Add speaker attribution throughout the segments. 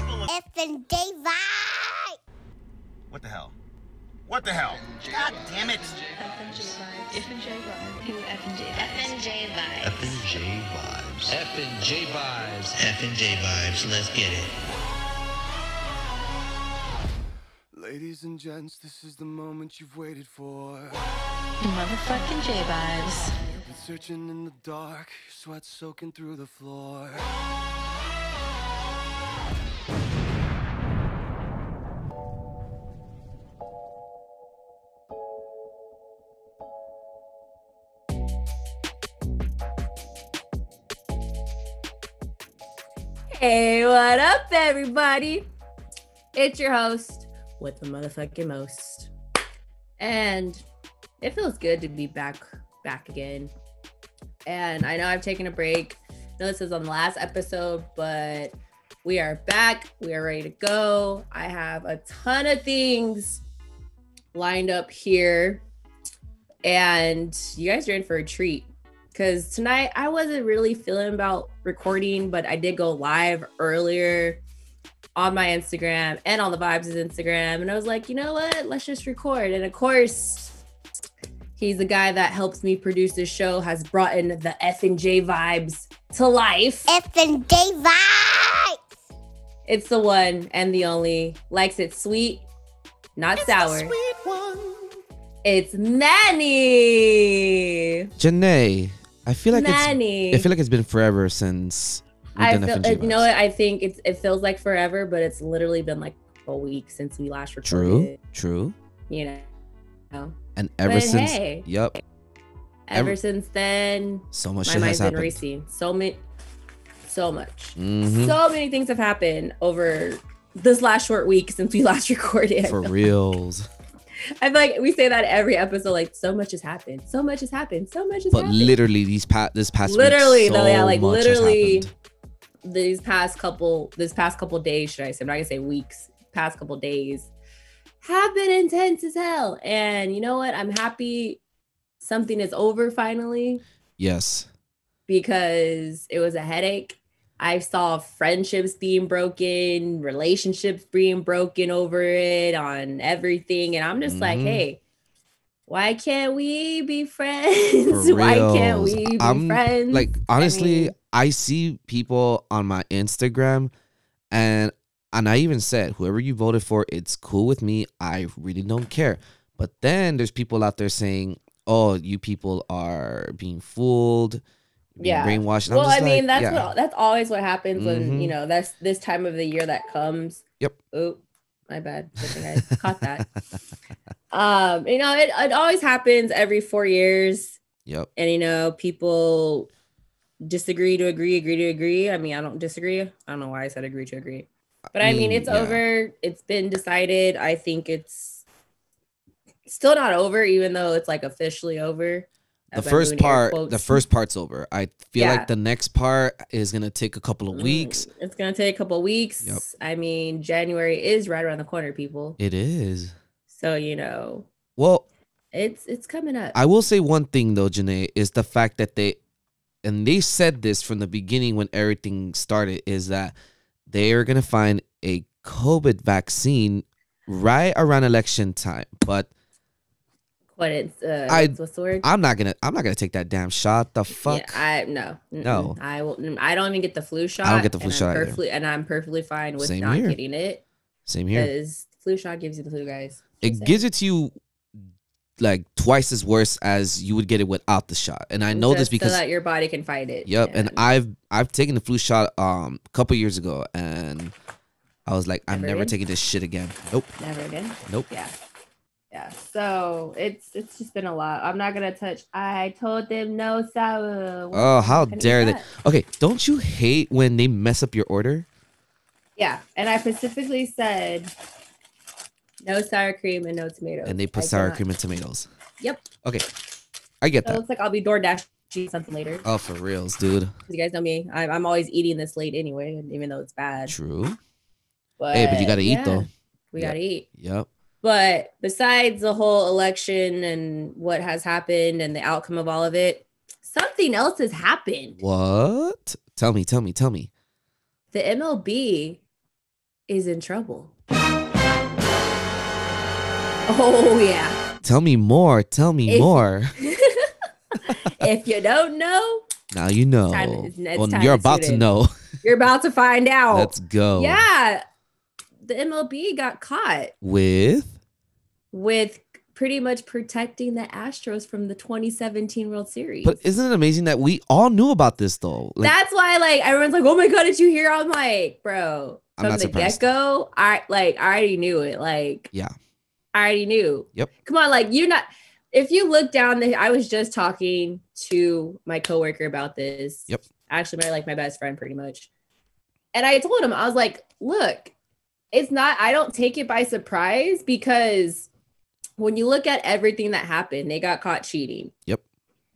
Speaker 1: Captain David!
Speaker 2: What the hell? What the hell? God damn it!
Speaker 3: FNJ vibes. FNJ vibes. Ooh, FNJ vibes.
Speaker 4: FNJ vibes.
Speaker 5: F and J
Speaker 6: F and J
Speaker 5: vibes.
Speaker 6: vibes.
Speaker 5: F and J vibes. Let's get it.
Speaker 7: Ladies and gents, this is the moment you've waited for.
Speaker 3: Motherfucking J vibes.
Speaker 7: Been searching in the dark, your sweat soaking through the floor.
Speaker 8: Hey, what up, everybody? It's your host with the motherfucking most, and it feels good to be back, back again. And I know I've taken a break. I know this is on the last episode, but we are back. We are ready to go. I have a ton of things lined up here, and you guys are in for a treat because tonight I wasn't really feeling about recording, but I did go live earlier on my Instagram and on the Vibes' Instagram. And I was like, you know what? Let's just record. And of course, he's the guy that helps me produce this show, has brought in the F and J vibes to life.
Speaker 1: Captain David!
Speaker 8: It's the one and the only, likes it sweet, not sour.
Speaker 2: Sweet one.
Speaker 8: It's Manny.
Speaker 9: Janae, I feel like it's
Speaker 8: Manny.
Speaker 9: I feel like it's been forever since we've
Speaker 8: I
Speaker 9: done
Speaker 8: feel,
Speaker 9: FNG
Speaker 8: uh, you know
Speaker 9: vibes.
Speaker 8: what? I think it's it feels like forever, but it's literally been like a week since we last
Speaker 9: True,
Speaker 8: recorded.
Speaker 9: true.
Speaker 8: You know,
Speaker 9: And ever
Speaker 8: But
Speaker 9: since
Speaker 8: hey.
Speaker 9: Yep.
Speaker 8: ever
Speaker 9: Every-
Speaker 8: since then,
Speaker 9: So much
Speaker 8: my
Speaker 9: shit has
Speaker 8: mind's been
Speaker 9: happened.
Speaker 8: racing. So many, so much,
Speaker 9: Mhm.
Speaker 8: so many things have happened over this last short week since we last recorded. I
Speaker 9: For
Speaker 8: feel-
Speaker 9: reals.
Speaker 8: I feel like we say that every episode. Like so much has happened. So much has happened. So much has
Speaker 9: But
Speaker 8: happened.
Speaker 9: literally these past this past week,
Speaker 8: Literally, though,
Speaker 9: so
Speaker 8: yeah, like,
Speaker 9: much has
Speaker 8: literally-
Speaker 9: happened.
Speaker 8: these past couple this past couple days should i say i'm not gonna say weeks past couple days have been intense as hell and you know what i'm happy something is over finally
Speaker 9: Yes.
Speaker 8: because it was a headache i saw friendships being broken relationships being broken over it on everything and i'm just like
Speaker 9: Mhm.
Speaker 8: hey why can't we be friends
Speaker 9: For
Speaker 8: why can't
Speaker 9: reals.
Speaker 8: we be
Speaker 9: I'm,
Speaker 8: friends
Speaker 9: Like honestly, I,
Speaker 8: Mm, mean-
Speaker 9: see people on my Instagram and and I even said whoever you voted for, it's cool with me. I really don't care. But then there's people out there saying, "Oh, you people are being fooled, being
Speaker 8: Yeah.
Speaker 9: brainwashed." And I'm
Speaker 8: well, I
Speaker 9: just
Speaker 8: mean,
Speaker 9: like,
Speaker 8: that's
Speaker 9: yeah.
Speaker 8: what that's always what happens when you
Speaker 9: Mhm.
Speaker 8: know that's this time of the year that comes.
Speaker 9: Yep.
Speaker 8: Oh, my bad. I think I caught that. Um, you know, it, it always happens every four years,
Speaker 9: Yep.
Speaker 8: and you know, people disagree to agree, agree to agree. I mean, I don't disagree. I don't know why I said agree to agree, but I mean,
Speaker 9: Mm,
Speaker 8: it's
Speaker 9: yeah.
Speaker 8: over. It's been decided. I think it's still not over, even though it's like officially over.
Speaker 9: The
Speaker 8: As I'm
Speaker 9: first
Speaker 8: doing air
Speaker 9: part, the
Speaker 8: quotes.
Speaker 9: first part's over. I feel
Speaker 8: Yeah.
Speaker 9: like the next part is gonna take a couple of weeks.
Speaker 8: Mm, It's gonna take a couple weeks.
Speaker 9: Yep.
Speaker 8: I mean, January is right around the corner, people.
Speaker 9: It is.
Speaker 8: So you know,
Speaker 9: Well,
Speaker 8: it's it's coming up.
Speaker 9: I will say one thing though, Janae, is the fact that they and they said this from the beginning when everything started is that they are gonna find a COVID vaccine right around election time. But
Speaker 8: what it's uh,
Speaker 9: I-
Speaker 8: what's the word?
Speaker 9: I'm not gonna I'm not gonna take that damn shot. The fuck.
Speaker 8: Yeah, I no Mm-mm.
Speaker 9: No.
Speaker 8: I will. mm, I don't even get the flu shot.
Speaker 9: get the flu
Speaker 8: and I'm
Speaker 9: shot either.
Speaker 8: perfectly, and I'm perfectly fine with
Speaker 9: Same
Speaker 8: not
Speaker 9: here.
Speaker 8: getting it
Speaker 9: Same here.
Speaker 8: because flu shot gives you the flu, guys.
Speaker 9: It gives it to you like twice as worse as you would get it without the shot. And I know this because
Speaker 8: so that your body can fight it.
Speaker 9: Yep, and
Speaker 8: Yeah.
Speaker 9: I've I've taken the flu shot um a couple years ago, and I was like, I'm
Speaker 8: Never
Speaker 9: never
Speaker 8: again?
Speaker 9: taking this shit again. Nope,
Speaker 8: never again.
Speaker 9: nope.
Speaker 8: yeah yeah so it's it's just been a lot i'm not gonna touch i told them no sour What
Speaker 9: Oh,
Speaker 8: the
Speaker 9: how
Speaker 8: fuck is
Speaker 9: dare they?
Speaker 8: that?
Speaker 9: Okay, don't you hate when they mess up your order?
Speaker 8: yeah and i specifically said no sour cream and no tomatoes
Speaker 9: And they put
Speaker 8: I
Speaker 9: sour
Speaker 8: cannot-
Speaker 9: cream and tomatoes.
Speaker 8: Yep.
Speaker 9: Okay, I get
Speaker 8: so it
Speaker 9: that.
Speaker 8: looks like i'll be door dashing something later
Speaker 9: Oh, for reals, dude.
Speaker 8: you guys know me I, i'm always eating this late anyway and even though it's bad
Speaker 9: True.
Speaker 8: but
Speaker 9: Hey, but you gotta eat
Speaker 8: yeah,
Speaker 9: though.
Speaker 8: we
Speaker 9: Yeah.
Speaker 8: gotta eat
Speaker 9: Yep.
Speaker 8: But besides the whole election and what has happened and the outcome of all of it, something else has happened.
Speaker 9: What? Tell me, tell me, tell me.
Speaker 8: The MLB is in trouble. Oh, yeah.
Speaker 9: Tell me more. Tell me
Speaker 8: If-
Speaker 9: more.
Speaker 8: if you don't know,
Speaker 9: Now you know.
Speaker 8: time- it's- it's
Speaker 9: well,
Speaker 8: time
Speaker 9: you're
Speaker 8: to
Speaker 9: about
Speaker 8: tune
Speaker 9: to
Speaker 8: in.
Speaker 9: know.
Speaker 8: you're about to find out.
Speaker 9: Let's go.
Speaker 8: Yeah. The MLB got caught
Speaker 9: With
Speaker 8: with pretty much protecting the Astros from the 2017 World Series.
Speaker 9: but isn't it amazing that we all knew about this though? Like,
Speaker 8: That's why, like, everyone's like, "Oh my god, did you hear?" I'm like, "Bro,
Speaker 9: I'm
Speaker 8: from
Speaker 9: not
Speaker 8: the
Speaker 9: surprised.
Speaker 8: get go, I like, I already knew it. Like,
Speaker 9: Yeah.
Speaker 8: I already knew.
Speaker 9: Yep.
Speaker 8: Come on, like, you're not. If you look down, the I was just talking to my coworker about this.
Speaker 9: Yep.
Speaker 8: Actually, my like my best friend, pretty much. And I told him, I was like, "Look, it's not. I don't take it by surprise because when you look at everything that happened, they got caught cheating.
Speaker 9: Yep.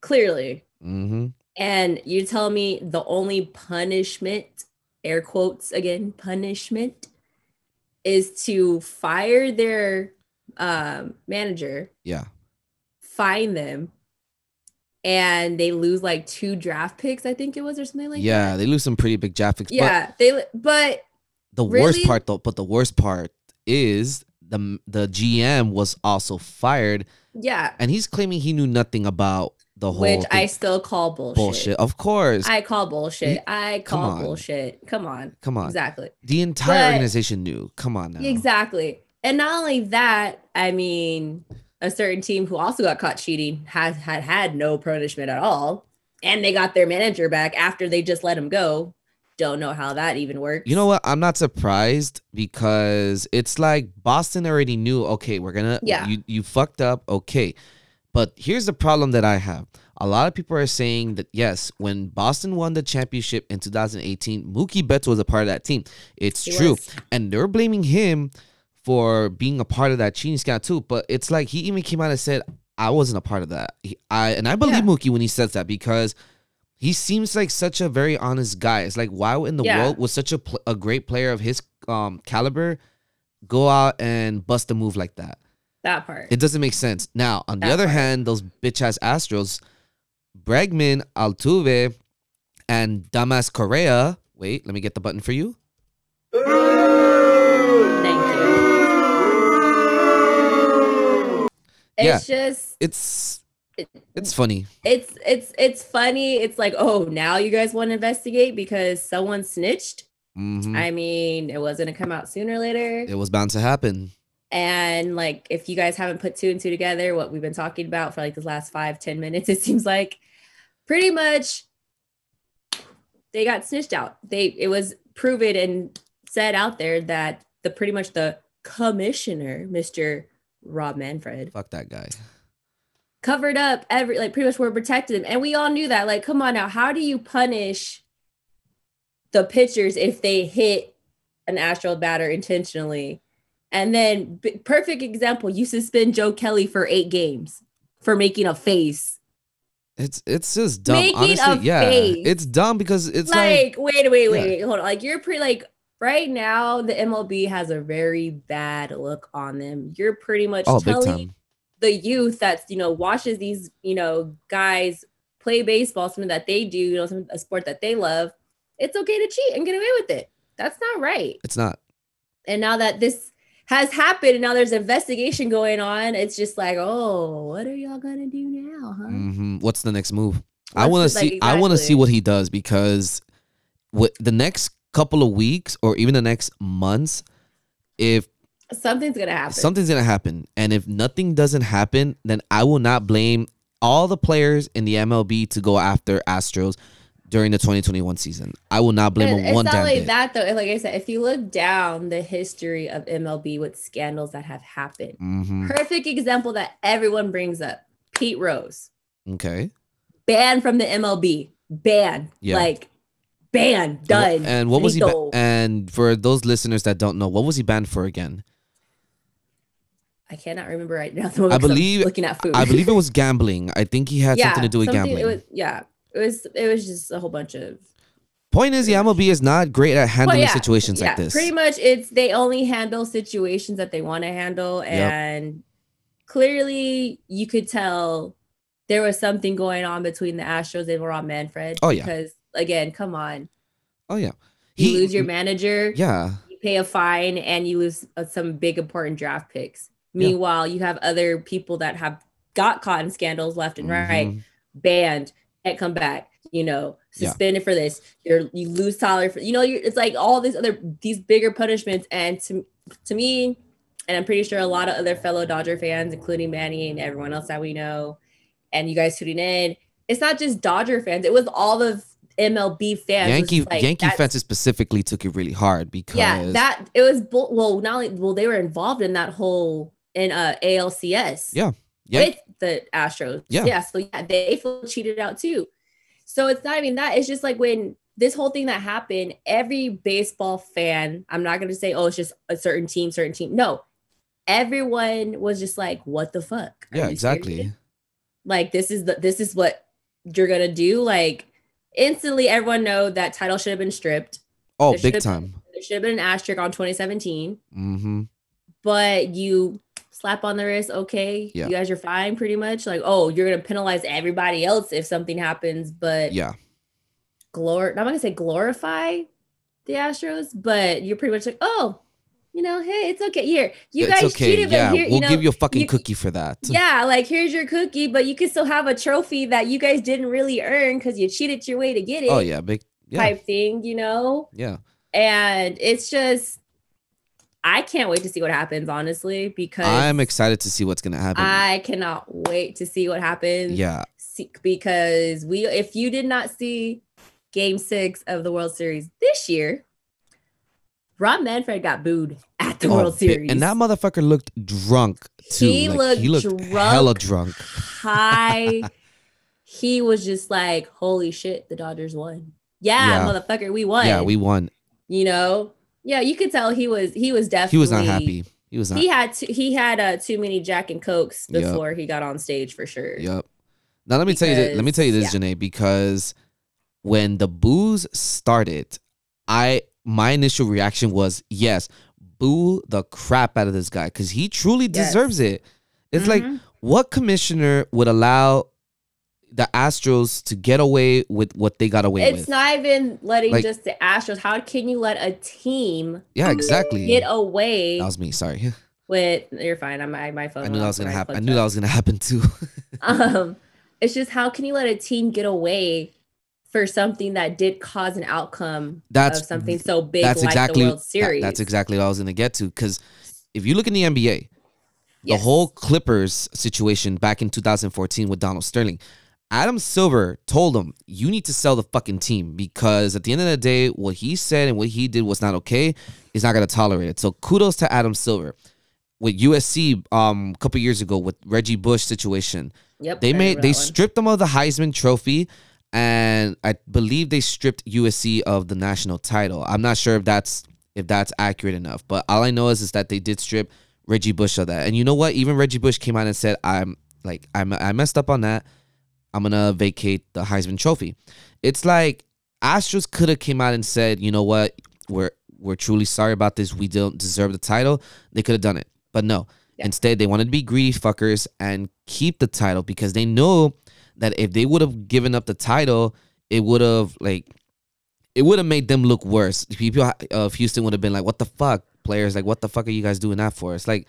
Speaker 8: Clearly,
Speaker 9: mm-hmm.
Speaker 8: and you tell me the only punishment, air quotes again, punishment is to fire their um, manager,
Speaker 9: Yeah.
Speaker 8: fine them, and they lose like two draft picks, I think it was, or something like
Speaker 9: yeah,
Speaker 8: that.
Speaker 9: they lose some pretty big graphics.
Speaker 8: Yeah. They, but
Speaker 9: But the worst
Speaker 8: Really?
Speaker 9: part though, but the worst part is the the GM was also fired
Speaker 8: yeah,
Speaker 9: and he's claiming he knew nothing about the whole
Speaker 8: which I
Speaker 9: thing.
Speaker 8: still call bullshit.
Speaker 9: bullshit. Of course.
Speaker 8: I call bullshit.
Speaker 9: You-
Speaker 8: I
Speaker 9: come
Speaker 8: call
Speaker 9: on.
Speaker 8: bullshit. Come on.
Speaker 9: Come on.
Speaker 8: Exactly.
Speaker 9: The entire
Speaker 8: But-
Speaker 9: organization knew. Come on now.
Speaker 8: Exactly. And not only that, I mean, a certain team who also got caught cheating had had had no punishment at all, and they got their manager back after they just let him go. Don't know how that even works.
Speaker 9: You know what? I'm not surprised because it's like Boston already knew, okay, we're gonna
Speaker 8: Yeah.
Speaker 9: you, you fucked up, okay. But here's the problem that I have. A lot of people are saying that yes, when Boston won the championship in 2018, Mookie Betts was a part of that team. It's
Speaker 8: He
Speaker 9: true.
Speaker 8: was.
Speaker 9: And they're blaming him for being a part of that cheating scandal too. But it's like he even came out and said, I wasn't a part of that. He, I and I believe
Speaker 8: Yeah.
Speaker 9: Mookie when he says that because he seems like such a very honest guy. It's like why in the
Speaker 8: Yeah.
Speaker 9: world would such a pl- a great player of his um caliber go out and bust a move like that?
Speaker 8: that part.
Speaker 9: It doesn't make sense. Now, on the
Speaker 8: That
Speaker 9: other
Speaker 8: part.
Speaker 9: hand, those bitch ass Astros, Bregman, Altuve, and Damas Correa. Wait, let me get the button for you.
Speaker 8: Thank you. It's just
Speaker 9: It's it's funny.
Speaker 8: it's it's it's funny. It's like, oh, now you guys want to investigate because someone snitched.
Speaker 9: Mhm.
Speaker 8: I mean, it was gonna come out sooner or later.
Speaker 9: It was bound to happen.
Speaker 8: And like, if you guys haven't put two and two together, what we've been talking about for like this last five, 10 minutes, it seems like pretty much they got snitched out. They, it was proven and said out there that the pretty much the commissioner, Mr. Rob Manfred,
Speaker 9: Fuck that guy.
Speaker 8: covered up every, like, pretty much were protected them. And we all knew that. Like, come on now, how do you punish the pitchers if they hit an astral batter intentionally. And then, b- perfect example, you suspend Joe Kelly for eight games for making a face.
Speaker 9: It's it's just dumb.
Speaker 8: Making a
Speaker 9: Honestly, yeah.
Speaker 8: face.
Speaker 9: It's dumb because it's
Speaker 8: like,
Speaker 9: like
Speaker 8: wait, wait, wait, wait, hold on. Like, you're pretty, like, right now, the MLB has a very bad look on them. You're pretty much
Speaker 9: Oh, big
Speaker 8: telling
Speaker 9: time.
Speaker 8: the youth that's you know watches these you know guys play baseball something that they do you know some, a sport that they love it's okay to cheat and get away with it that's not right
Speaker 9: It's not.
Speaker 8: and now that this has happened and now there's investigation going on it's just like oh what are y'all gonna do now huh
Speaker 9: hmm What's the next move? I
Speaker 8: What's
Speaker 9: want to
Speaker 8: the-
Speaker 9: see.
Speaker 8: like,
Speaker 9: I want to see
Speaker 8: exactly.
Speaker 9: what he does because what the next couple of weeks or even the next months, if
Speaker 8: something's gonna happen
Speaker 9: something's gonna happen, and if nothing doesn't happen, then I will not blame all the players in the MLB to go after Astros during the 2021 season. I will not blame
Speaker 8: And
Speaker 9: them
Speaker 8: it's
Speaker 9: one
Speaker 8: not
Speaker 9: damn
Speaker 8: like
Speaker 9: bit.
Speaker 8: that though like i said if you look down the history of mlb with scandals that have happened
Speaker 9: Mhm.
Speaker 8: perfect example that everyone brings up pete rose
Speaker 9: Okay.
Speaker 8: banned from the MLB. Banned.
Speaker 9: Yeah.
Speaker 8: Like banned. Done.
Speaker 9: And what was he? Ba-
Speaker 8: Legal.
Speaker 9: and for those listeners that don't know, what was he banned for again?
Speaker 8: I cannot remember right now. The moment
Speaker 9: I
Speaker 8: 'cause I'm
Speaker 9: believe-
Speaker 8: looking at food.
Speaker 9: I believe it was gambling. I think he had something to do with
Speaker 8: something-
Speaker 9: gambling.
Speaker 8: It was, yeah. It was it was just a whole bunch of
Speaker 9: Point is, the MLB is not great at handling
Speaker 8: yeah,
Speaker 9: situations
Speaker 8: yeah,
Speaker 9: like this.
Speaker 8: Pretty much it's they only handle situations that they want to handle.
Speaker 9: Yep.
Speaker 8: And clearly you could tell there was something going on between the Astros and Rob Manfred.
Speaker 9: Oh, yeah.
Speaker 8: Because again, come on.
Speaker 9: Oh yeah,
Speaker 8: You
Speaker 9: He-
Speaker 8: lose your manager.
Speaker 9: yeah.
Speaker 8: you pay a fine and you lose uh, some big important draft picks.
Speaker 9: Yeah.
Speaker 8: Meanwhile, you have other people that have got caught in scandals left and right, banned, can't come back. You know,
Speaker 9: Mm-hmm. Yeah.
Speaker 8: suspended for this. You're you lose salary for you know. You're, it's like all these other these bigger punishments. And to to me, and I'm pretty sure a lot of other fellow Dodger fans, including Manny and everyone else that we know, and you guys tuning in, it's not just Dodger fans. It was all of MLB fans. It was
Speaker 9: Yankee
Speaker 8: like,
Speaker 9: Yankee
Speaker 8: that's-
Speaker 9: fans specifically took it really hard because
Speaker 8: yeah, that it was bull. Well, not only well they were involved in that whole in uh ALCS.
Speaker 9: Yeah, yeah.
Speaker 8: with the Astros.
Speaker 9: Yeah.
Speaker 8: yeah. So yeah, they feel cheated out too. So it's not even that. It's just like when this whole thing that happened, every baseball fan. I'm not gonna say oh it's just a certain team, certain team. No, everyone was just like, what the fuck? Are
Speaker 9: yeah,
Speaker 8: you serious?
Speaker 9: exactly.
Speaker 8: like this is the this is what you're gonna do. Like instantly, everyone know that title should have been stripped.
Speaker 9: Oh,
Speaker 8: There
Speaker 9: big
Speaker 8: should've-
Speaker 9: time.
Speaker 8: There should have been an asterisk on 2017,
Speaker 9: Mm-hmm.
Speaker 8: but you slap on the wrist, okay,
Speaker 9: Yeah.
Speaker 8: you guys are fine pretty much. Like, oh, you're gonna penalize everybody else if something happens, but
Speaker 9: Yeah,
Speaker 8: glor I'm not gonna say glorify the Astros, but you're pretty much like, oh, you know, hey, it's okay. Here, you
Speaker 9: it's
Speaker 8: guys
Speaker 9: okay.
Speaker 8: cheated, but
Speaker 9: yeah,
Speaker 8: here,
Speaker 9: we'll
Speaker 8: you know,
Speaker 9: give you a fucking
Speaker 8: you-
Speaker 9: cookie for that.
Speaker 8: yeah, like here's your cookie, but you can still have a trophy that you guys didn't really earn because you cheated your way to get it.
Speaker 9: Oh yeah, big. Yeah,
Speaker 8: Type thing, you know?
Speaker 9: yeah.
Speaker 8: and it's just i can't wait to see what happens honestly because
Speaker 9: I'm excited to see what's gonna happen.
Speaker 8: I cannot wait to see what happens
Speaker 9: yeah,
Speaker 8: See- because we if you did not see game six of the world series this year rob manfred got booed at the
Speaker 9: Oh,
Speaker 8: world
Speaker 9: big-
Speaker 8: series
Speaker 9: and that motherfucker looked drunk too.
Speaker 8: He
Speaker 9: Like, he
Speaker 8: looked
Speaker 9: looked hella
Speaker 8: drunk.
Speaker 9: drunk.
Speaker 8: high he was just like holy shit the dodgers won yeah,
Speaker 9: Yeah.
Speaker 8: motherfucker we won
Speaker 9: Yeah, we won.
Speaker 8: you know yeah you could tell he was he was definitely
Speaker 9: He was not happy. He was not.
Speaker 8: he had too, he had uh, too many Jack and Cokes
Speaker 9: Yep.
Speaker 8: before he got on stage for sure.
Speaker 9: Yep. Now let me tell you. This, let me
Speaker 8: Because-
Speaker 9: tell you this, Janae, because when the booze started, I my initial reaction was yes, boo the crap out of this guy because he truly
Speaker 8: Yes.
Speaker 9: deserves it. It's like
Speaker 8: Mhm.
Speaker 9: what commissioner would allow the Astros to get away with what they got away
Speaker 8: It's
Speaker 9: with?
Speaker 8: not even letting
Speaker 9: Like-
Speaker 8: just the Astros. How can you let a team
Speaker 9: yeah, exactly.
Speaker 8: get away
Speaker 9: that was me. Sorry.
Speaker 8: with? You're fine. I'm I, my phone.
Speaker 9: I knew that
Speaker 8: off
Speaker 9: was
Speaker 8: when
Speaker 9: gonna happen. I
Speaker 8: plugged
Speaker 9: knew that
Speaker 8: up.
Speaker 9: was gonna happen too.
Speaker 8: Um, it's just how can you let a team get away for something that did cause an outcome
Speaker 9: That's
Speaker 8: of something so big
Speaker 9: that's
Speaker 8: like
Speaker 9: exactly
Speaker 8: the World
Speaker 9: that-
Speaker 8: Series?
Speaker 9: that's exactly what I was gonna get to. Because if you look in the NBA,
Speaker 8: Yes.
Speaker 9: the whole Clippers situation back in 2014 with Donald Sterling, Adam Silver told him, "You need to sell the fucking team because at the end of the day, what he said and what he did was not okay. He's not gonna tolerate it." So kudos to Adam Silver. With USC, um, a couple years ago with Reggie Bush situation,
Speaker 8: Yep. I
Speaker 9: they made
Speaker 8: remember
Speaker 9: they
Speaker 8: that one.
Speaker 9: stripped them of the Heisman Trophy, and I believe they stripped USC of the national title. I'm not sure if that's if that's accurate enough, but all I know is is that they did strip Reggie Bush of that. And you know what? Even Reggie Bush came out and said, "I'm like I'm I messed up on that. I'm gonna vacate the Heisman Trophy." It's like Astros could have came out and said, "You know what? We're we're truly sorry about this. We don't deserve the title." They could have done it, but no.
Speaker 8: Yeah.
Speaker 9: Instead, they wanted to be greedy fuckers and keep the title because they know that if they would have given up the title, it would have like it would have made them look worse. People of Houston would have been like, "What the fuck, players? Like, what the fuck are you guys doing that for?" It's like,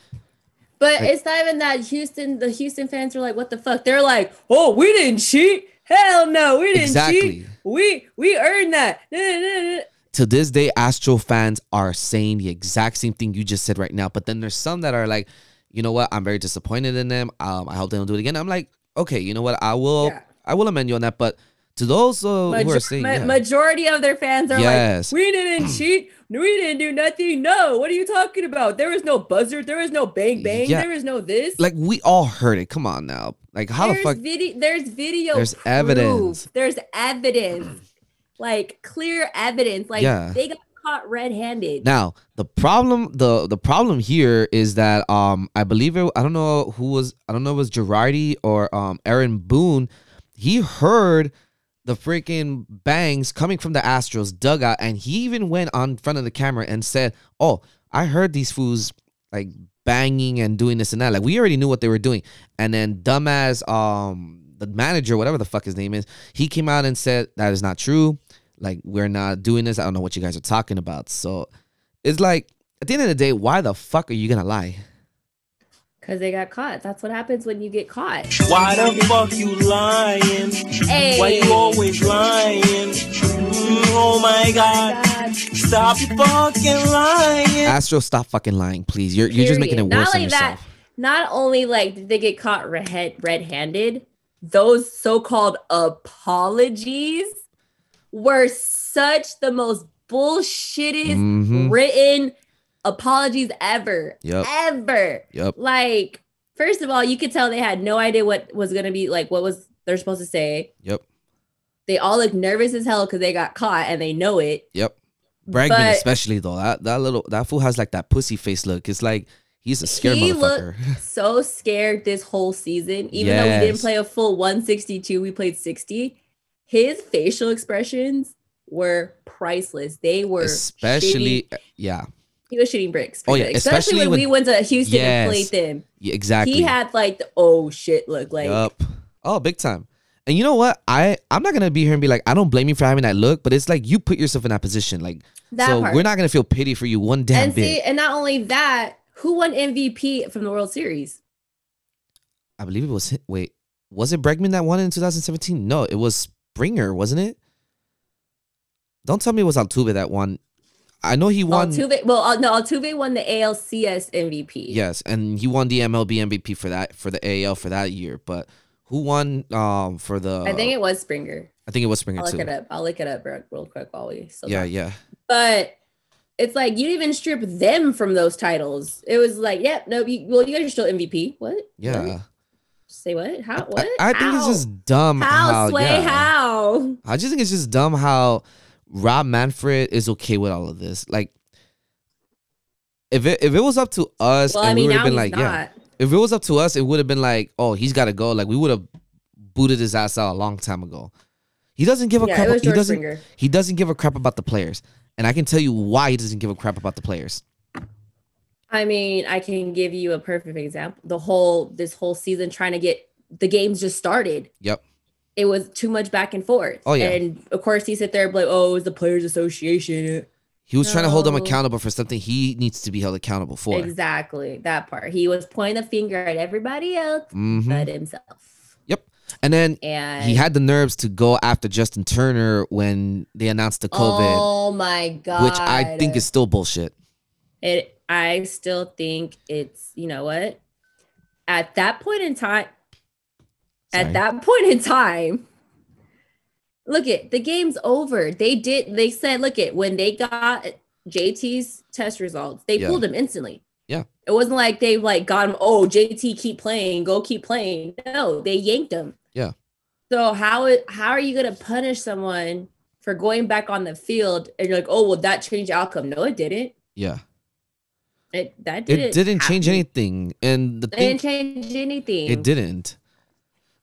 Speaker 8: But
Speaker 9: Like-
Speaker 8: it's not even that Houston. The Houston fans are like, "What the fuck?" They're like, "Oh, we didn't cheat. Hell no, we didn't cheat.
Speaker 9: Exactly.
Speaker 8: We we earned that." Nah, nah, nah.
Speaker 9: to this day, Astro fans are saying the exact same thing you just said right now. But then there's some that are like, you know what? I'm very disappointed in them. Um, I hope they don't do it again. I'm like, okay, you know what? I will,
Speaker 8: Yeah.
Speaker 9: I will amend you on that. But to those uh, who
Speaker 8: Major-
Speaker 9: are saying,
Speaker 8: ma-
Speaker 9: yeah.
Speaker 8: majority of their fans are
Speaker 9: Yes.
Speaker 8: like, "We didn't cheat. We didn't do nothing. No, what are you talking about? There was no buzzer. There was no bang bang.
Speaker 9: Yeah.
Speaker 8: There was no this."
Speaker 9: like we all heard it. Come on now, like how
Speaker 8: there's
Speaker 9: the fuck?
Speaker 8: Video, there's video.
Speaker 9: There's
Speaker 8: proof.
Speaker 9: evidence.
Speaker 8: There's evidence. like clear evidence. Like
Speaker 9: Yeah.
Speaker 8: they got caught red-handed.
Speaker 9: Now the problem the the problem here is that um I believe it I don't know who was I don't know if it was Girardi or um Aaron Boone he heard the freaking bangs coming from the Astros dugout and he even went on front of the camera and said oh I heard these fools like banging and doing this and that like we already knew what they were doing and then dumbass um the manager whatever the fuck his name is he came out and said that is not true like we're not doing this I don't know what you guys are talking about so It's like at the end of the day, why the fuck are you gonna lie?
Speaker 8: Cause they got caught. That's what happens when you get caught.
Speaker 1: Why the fuck you lying?
Speaker 8: Hey.
Speaker 1: Why you always lying? Mm, oh my god,
Speaker 8: God.
Speaker 1: stop fucking lying.
Speaker 9: Astro, stop fucking lying, please. You're you're just making it
Speaker 8: Period.
Speaker 9: worse
Speaker 8: Not
Speaker 9: on
Speaker 8: only that,
Speaker 9: yourself.
Speaker 8: Not only like did they get caught red red-handed, those so-called apologies were such the most bullshittest
Speaker 9: Mhm.
Speaker 8: written apologies ever.
Speaker 9: Yep.
Speaker 8: Ever.
Speaker 9: Yep.
Speaker 8: Like, first of all, you could tell they had no idea what was gonna be like what was they're supposed to say.
Speaker 9: Yep.
Speaker 8: They all look nervous as hell because they got caught and they know it.
Speaker 9: Yep. Bregman
Speaker 8: But-
Speaker 9: especially though. That that little that fool has like that pussy face look. It's like he's a scared
Speaker 8: He look-
Speaker 9: motherfucker.
Speaker 8: so scared this whole season. Even though we didn't
Speaker 9: Yes.
Speaker 8: play a full 162, we played 60. His facial expressions were priceless. They were
Speaker 9: especially
Speaker 8: shitting-
Speaker 9: yeah,
Speaker 8: he was shooting bricks.
Speaker 9: Oh, yeah,
Speaker 8: pretty much. especially,
Speaker 9: especially
Speaker 8: when
Speaker 9: with-
Speaker 8: we went to Houston and
Speaker 9: Yes,
Speaker 8: played them.
Speaker 9: yeah, exactly.
Speaker 8: He had like the oh shit look like
Speaker 9: Yup. Oh, big time. And you know what? I I'm not gonna be here and be like, I don't blame you for having that look, but it's like you put yourself in that position. Like,
Speaker 8: that
Speaker 9: so
Speaker 8: part.
Speaker 9: we're not gonna feel pity for you one damn
Speaker 8: and
Speaker 9: bit.
Speaker 8: see, and not only that, who won MVP from the World Series?
Speaker 9: I believe it was hi- wait, was it Bregman that won in 2017? No, it was Springer, wasn't it? Don't tell me it was Altuve that won. I know he won.
Speaker 8: Altuve. Well, uh, no, Altuve won the ALCS MVP.
Speaker 9: Yes, and he won the MLB MVP for that for the AL for that year. But who won um for the?
Speaker 8: I think it was Springer.
Speaker 9: I think it was Springer
Speaker 8: I'll look
Speaker 9: too.
Speaker 8: it up. I'll look it up real, real quick while we still
Speaker 9: Yeah,
Speaker 8: talk.
Speaker 9: yeah.
Speaker 8: But it's like you didn't even strip them from those titles. It was like, yep, no, you, well, you guys are still MVP. What?
Speaker 9: Yeah,
Speaker 8: What? Say what? How? What?
Speaker 9: I, I think it's
Speaker 8: How?
Speaker 9: just dumb
Speaker 8: how,
Speaker 9: how.
Speaker 8: Sway,
Speaker 9: yeah.
Speaker 8: how?
Speaker 9: I just think it's just dumb how Rob Manfred is okay with all of this. Like, if it if it was up to us,
Speaker 8: Well,
Speaker 9: and
Speaker 8: I mean,
Speaker 9: we would
Speaker 8: now
Speaker 9: have been
Speaker 8: he's
Speaker 9: like,
Speaker 8: not.
Speaker 9: yeah. If it was up to us, it would have been like, oh, he's got to go. Like we would have booted his ass out a long time ago. He doesn't give a
Speaker 8: Yeah,
Speaker 9: crap.
Speaker 8: it was
Speaker 9: he
Speaker 8: George
Speaker 9: doesn't.
Speaker 8: Springer.
Speaker 9: He doesn't give a crap about the players, and I can tell you why he doesn't give a crap about the players.
Speaker 8: I mean, I can give you a perfect example. The whole this whole season trying to get the games just started.
Speaker 9: Yep.
Speaker 8: It was too much back and forth.
Speaker 9: Oh, yeah.
Speaker 8: And of course, he sit there and be like, "Oh, it was the Players Association."
Speaker 9: He was trying to hold them
Speaker 8: No.
Speaker 9: accountable for something he needs to be held accountable for.
Speaker 8: Exactly that part. He was pointing the finger at everybody else
Speaker 9: Mhm.
Speaker 8: but himself.
Speaker 9: And then
Speaker 8: And
Speaker 9: he had the nerves to go after Justin Turner when they announced the COVID,
Speaker 8: Oh my god!
Speaker 9: which I think is still bullshit.
Speaker 8: it. I still think it's you know what. At that point in time,
Speaker 9: Sorry.
Speaker 8: at that point in time, look it. The game's over. They did. They said, look it. When they got JT's test results, they
Speaker 9: Yeah.
Speaker 8: pulled him instantly.
Speaker 9: Yeah.
Speaker 8: It wasn't like they like got him. Oh, JT, keep playing. Go keep playing. No, they yanked him.
Speaker 9: Yeah.
Speaker 8: So how i- how are you gonna punish someone for going back on the field and you're like, oh well, that changed the outcome? No, it didn't.
Speaker 9: Yeah.
Speaker 8: It that didn't.
Speaker 9: It didn't change
Speaker 8: happen.
Speaker 9: anything. And the
Speaker 8: It
Speaker 9: thing
Speaker 8: didn't change anything.
Speaker 9: It didn't.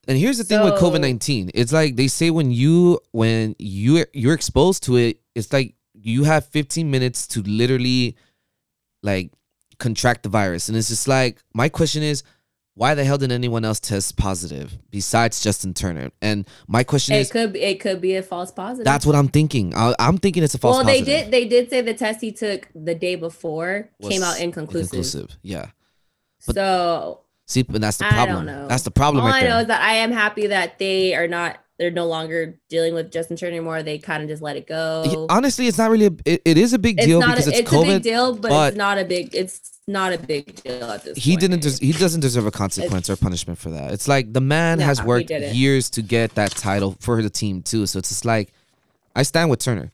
Speaker 9: And here's the thing with COVID
Speaker 8: So-
Speaker 9: nineteen. It's like they say when you when you you're exposed to it, it's like you have 15 minutes to literally like contract the virus. And it's just like my question is, why the hell did anyone else test positive besides Justin Turner? And my question
Speaker 8: It
Speaker 9: is,
Speaker 8: could be- it could be a false positive.
Speaker 9: that's what I'm thinking. I, I'm thinking it's a false.
Speaker 8: well,
Speaker 9: positive.
Speaker 8: they did. They did say the test he took the day before
Speaker 9: Was
Speaker 8: came out inconclusive.
Speaker 9: Yeah. but-
Speaker 8: So
Speaker 9: See, and that's the
Speaker 8: I don't
Speaker 9: problem.
Speaker 8: know.
Speaker 9: That's the problem.
Speaker 8: all
Speaker 9: right
Speaker 8: I know
Speaker 9: there.
Speaker 8: is that I am happy that they are not. They're no longer dealing with Justin Turner anymore. They kind of just let it
Speaker 9: Yeah,
Speaker 8: go.
Speaker 9: Honestly, it's not really. A, it, it is a big
Speaker 8: it's
Speaker 9: deal
Speaker 8: not.
Speaker 9: because
Speaker 8: a,
Speaker 9: it's,
Speaker 8: it's
Speaker 9: COVID.
Speaker 8: a big deal, but,
Speaker 9: but-
Speaker 8: it's not a big. It's not a big deal at this.
Speaker 9: he
Speaker 8: point.
Speaker 9: didn't. Des- he doesn't deserve a consequence or punishment for that. It's like the man
Speaker 8: No,
Speaker 9: has
Speaker 8: he
Speaker 9: worked
Speaker 8: didn't.
Speaker 9: years to get that title for the team too. So it's just like, I stand with Turner.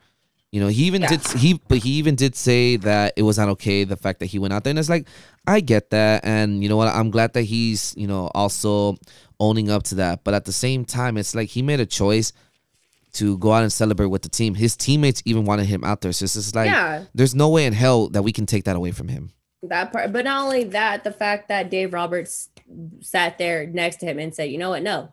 Speaker 9: You know, he even
Speaker 8: Yeah.
Speaker 9: did he, but he even did say that it was not okay the fact that he went out there, and it's like, I get that, and you know what, I'm glad that he's you know also owning up to that. But at the same time, it's like he made a choice to go out and celebrate with the team. His teammates even wanted him out there, so it's just like,
Speaker 8: yeah,
Speaker 9: there's no way in hell that we can take that away from him.
Speaker 8: that part. But not only that, the fact that Dave Roberts sat there next to him and said, "You know what? No,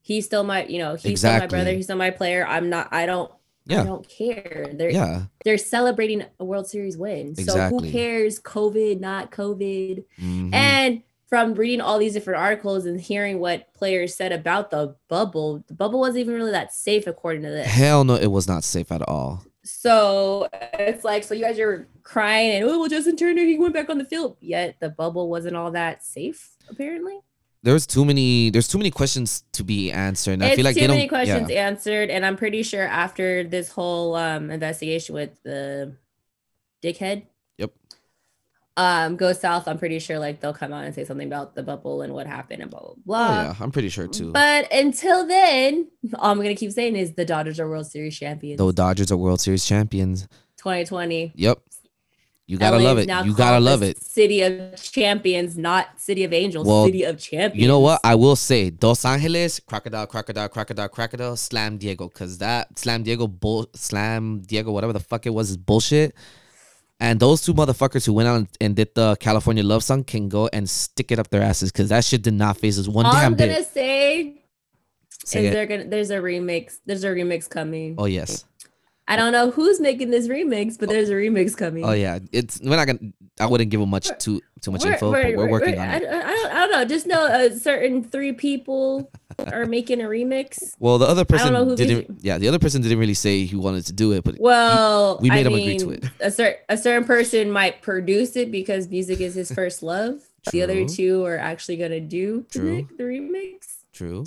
Speaker 8: he's still my. You know, he's still my brother.
Speaker 9: Exactly.
Speaker 8: He's still my player. I'm not. I don't. I
Speaker 9: Yeah,
Speaker 8: don't care. They're
Speaker 9: yeah.
Speaker 8: they're celebrating a World Series win. So
Speaker 9: Exactly.
Speaker 8: who cares? COVID, not COVID.
Speaker 9: Mhm.
Speaker 8: And from reading all these different articles and hearing what players said about the bubble, the bubble wasn't even really that safe according to this.
Speaker 9: Hell no, it was not safe at all.
Speaker 8: So it's like, so you guys are crying and oh well, Justin Turner he went back on the field, yet the bubble wasn't all that safe apparently.
Speaker 9: There's too many. There's too many questions to be answered. And I
Speaker 8: it's
Speaker 9: feel like
Speaker 8: too
Speaker 9: they
Speaker 8: many
Speaker 9: don't.
Speaker 8: questions Uh,
Speaker 9: yeah.
Speaker 8: answered, and I'm pretty sure after this whole um, investigation with the dickhead,
Speaker 9: Yep.
Speaker 8: um, go south. I'm pretty sure like they'll come out and say something about the bubble and what happened and blah blah
Speaker 9: Oh,
Speaker 8: blah.
Speaker 9: yeah, I'm pretty sure too.
Speaker 8: But until then, all I'm gonna keep saying is the Dodgers are World Series champions.
Speaker 9: Though Dodgers are World Series champions.
Speaker 8: 2020.
Speaker 9: Yep. You gotta
Speaker 8: LA
Speaker 9: love
Speaker 8: is
Speaker 9: it.
Speaker 8: now
Speaker 9: You gotta
Speaker 8: called
Speaker 9: love
Speaker 8: the
Speaker 9: it.
Speaker 8: City of Champions, not City of Angels.
Speaker 9: Well,
Speaker 8: City of Champions.
Speaker 9: You know what? I will say Dos Angeles, crocodile, crocodile, crocodile, crocodile, slam Diego, cause that slam Diego bull slam Diego, whatever the fuck it was, is bullshit. And those two motherfuckers who went out and, and did the California love song can go and stick it up their asses because that shit did not phase us one
Speaker 8: all
Speaker 9: damn
Speaker 8: I'm gonna
Speaker 9: bit.
Speaker 8: say
Speaker 9: Say
Speaker 8: is
Speaker 9: it.
Speaker 8: they're gonna there's a remix. There's a remix coming.
Speaker 9: Oh yes.
Speaker 8: I don't know who's making this remix, but there's a remix coming.
Speaker 9: Oh yeah. It's we're not gonna. I wouldn't give them much too too much info, but we're working on
Speaker 8: I,
Speaker 9: it.
Speaker 8: I, don't, I don't know. Just know a certain three people are making a remix.
Speaker 9: Well, the other person
Speaker 8: know who these-
Speaker 9: didn't. Yeah, the other person didn't really say he wanted to do it, but
Speaker 8: Well,
Speaker 9: we made
Speaker 8: I
Speaker 9: him agree to
Speaker 8: mean,
Speaker 9: it.
Speaker 8: A, cer- a certain person might produce it because music is his first love. The other
Speaker 9: True.
Speaker 8: two are actually gonna do the,
Speaker 9: True.
Speaker 8: mi- the remix.
Speaker 9: true.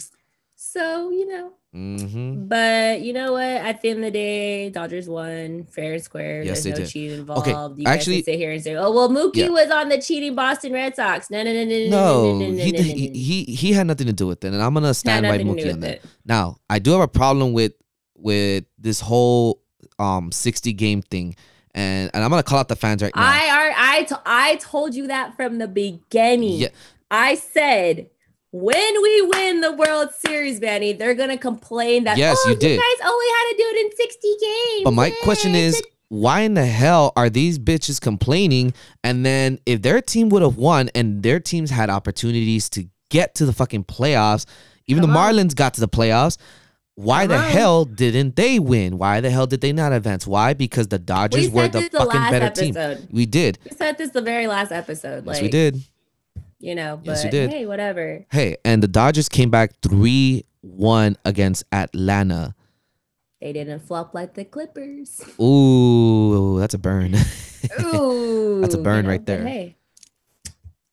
Speaker 8: So you know,
Speaker 9: Mm-hmm.
Speaker 8: but you know what? At the end of the day, Dodgers won fair and square.
Speaker 9: Yes,
Speaker 8: There's
Speaker 9: they
Speaker 8: no
Speaker 9: did.
Speaker 8: cheating involved. you
Speaker 9: actually-
Speaker 8: guys can sit here and say, "Oh well, Mookie
Speaker 9: Yeah.
Speaker 8: was on the cheating Boston Red Sox." No, no, no, no,
Speaker 9: No, he,
Speaker 8: no,
Speaker 9: did, he he he had nothing to do with it, and I'm gonna stand by
Speaker 8: nothing to do
Speaker 9: Mookie on
Speaker 8: with
Speaker 9: that.
Speaker 8: it.
Speaker 9: Now, I do have a problem with with this whole um 60 game thing, and and I'm gonna call out the fans right now.
Speaker 8: I are I to- I told you that from the beginning.
Speaker 9: Yeah.
Speaker 8: I said when we win the World Series, Manny, they're gonna complain that
Speaker 9: Yes,
Speaker 8: oh,
Speaker 9: you
Speaker 8: you
Speaker 9: did.
Speaker 8: guys only had to do it in 60 games.
Speaker 9: but my question
Speaker 8: Yay,
Speaker 9: is, why in the hell are these bitches complaining? And then if their team would have won, and their teams had opportunities to get to the fucking playoffs, even
Speaker 8: Come
Speaker 9: the
Speaker 8: on.
Speaker 9: Marlins got to the playoffs. Why the
Speaker 8: Come on.
Speaker 9: hell didn't they win? Why the hell did they not advance? Why? Because the
Speaker 8: we
Speaker 9: Dodgers were
Speaker 8: said
Speaker 9: the
Speaker 8: this the
Speaker 9: fucking
Speaker 8: last
Speaker 9: better team.
Speaker 8: episode.
Speaker 9: We did.
Speaker 8: We said this the very last episode. Like
Speaker 9: yes, we did.
Speaker 8: You know, but
Speaker 9: Yes, we did.
Speaker 8: hey, whatever.
Speaker 9: Hey, and the Dodgers came back 3 1 against Atlanta.
Speaker 8: They didn't flop like the Clippers.
Speaker 9: Ooh, that's a burn.
Speaker 8: Ooh,
Speaker 9: That's a
Speaker 8: you
Speaker 9: burn
Speaker 8: know,
Speaker 9: right
Speaker 8: but
Speaker 9: there.
Speaker 8: Hey,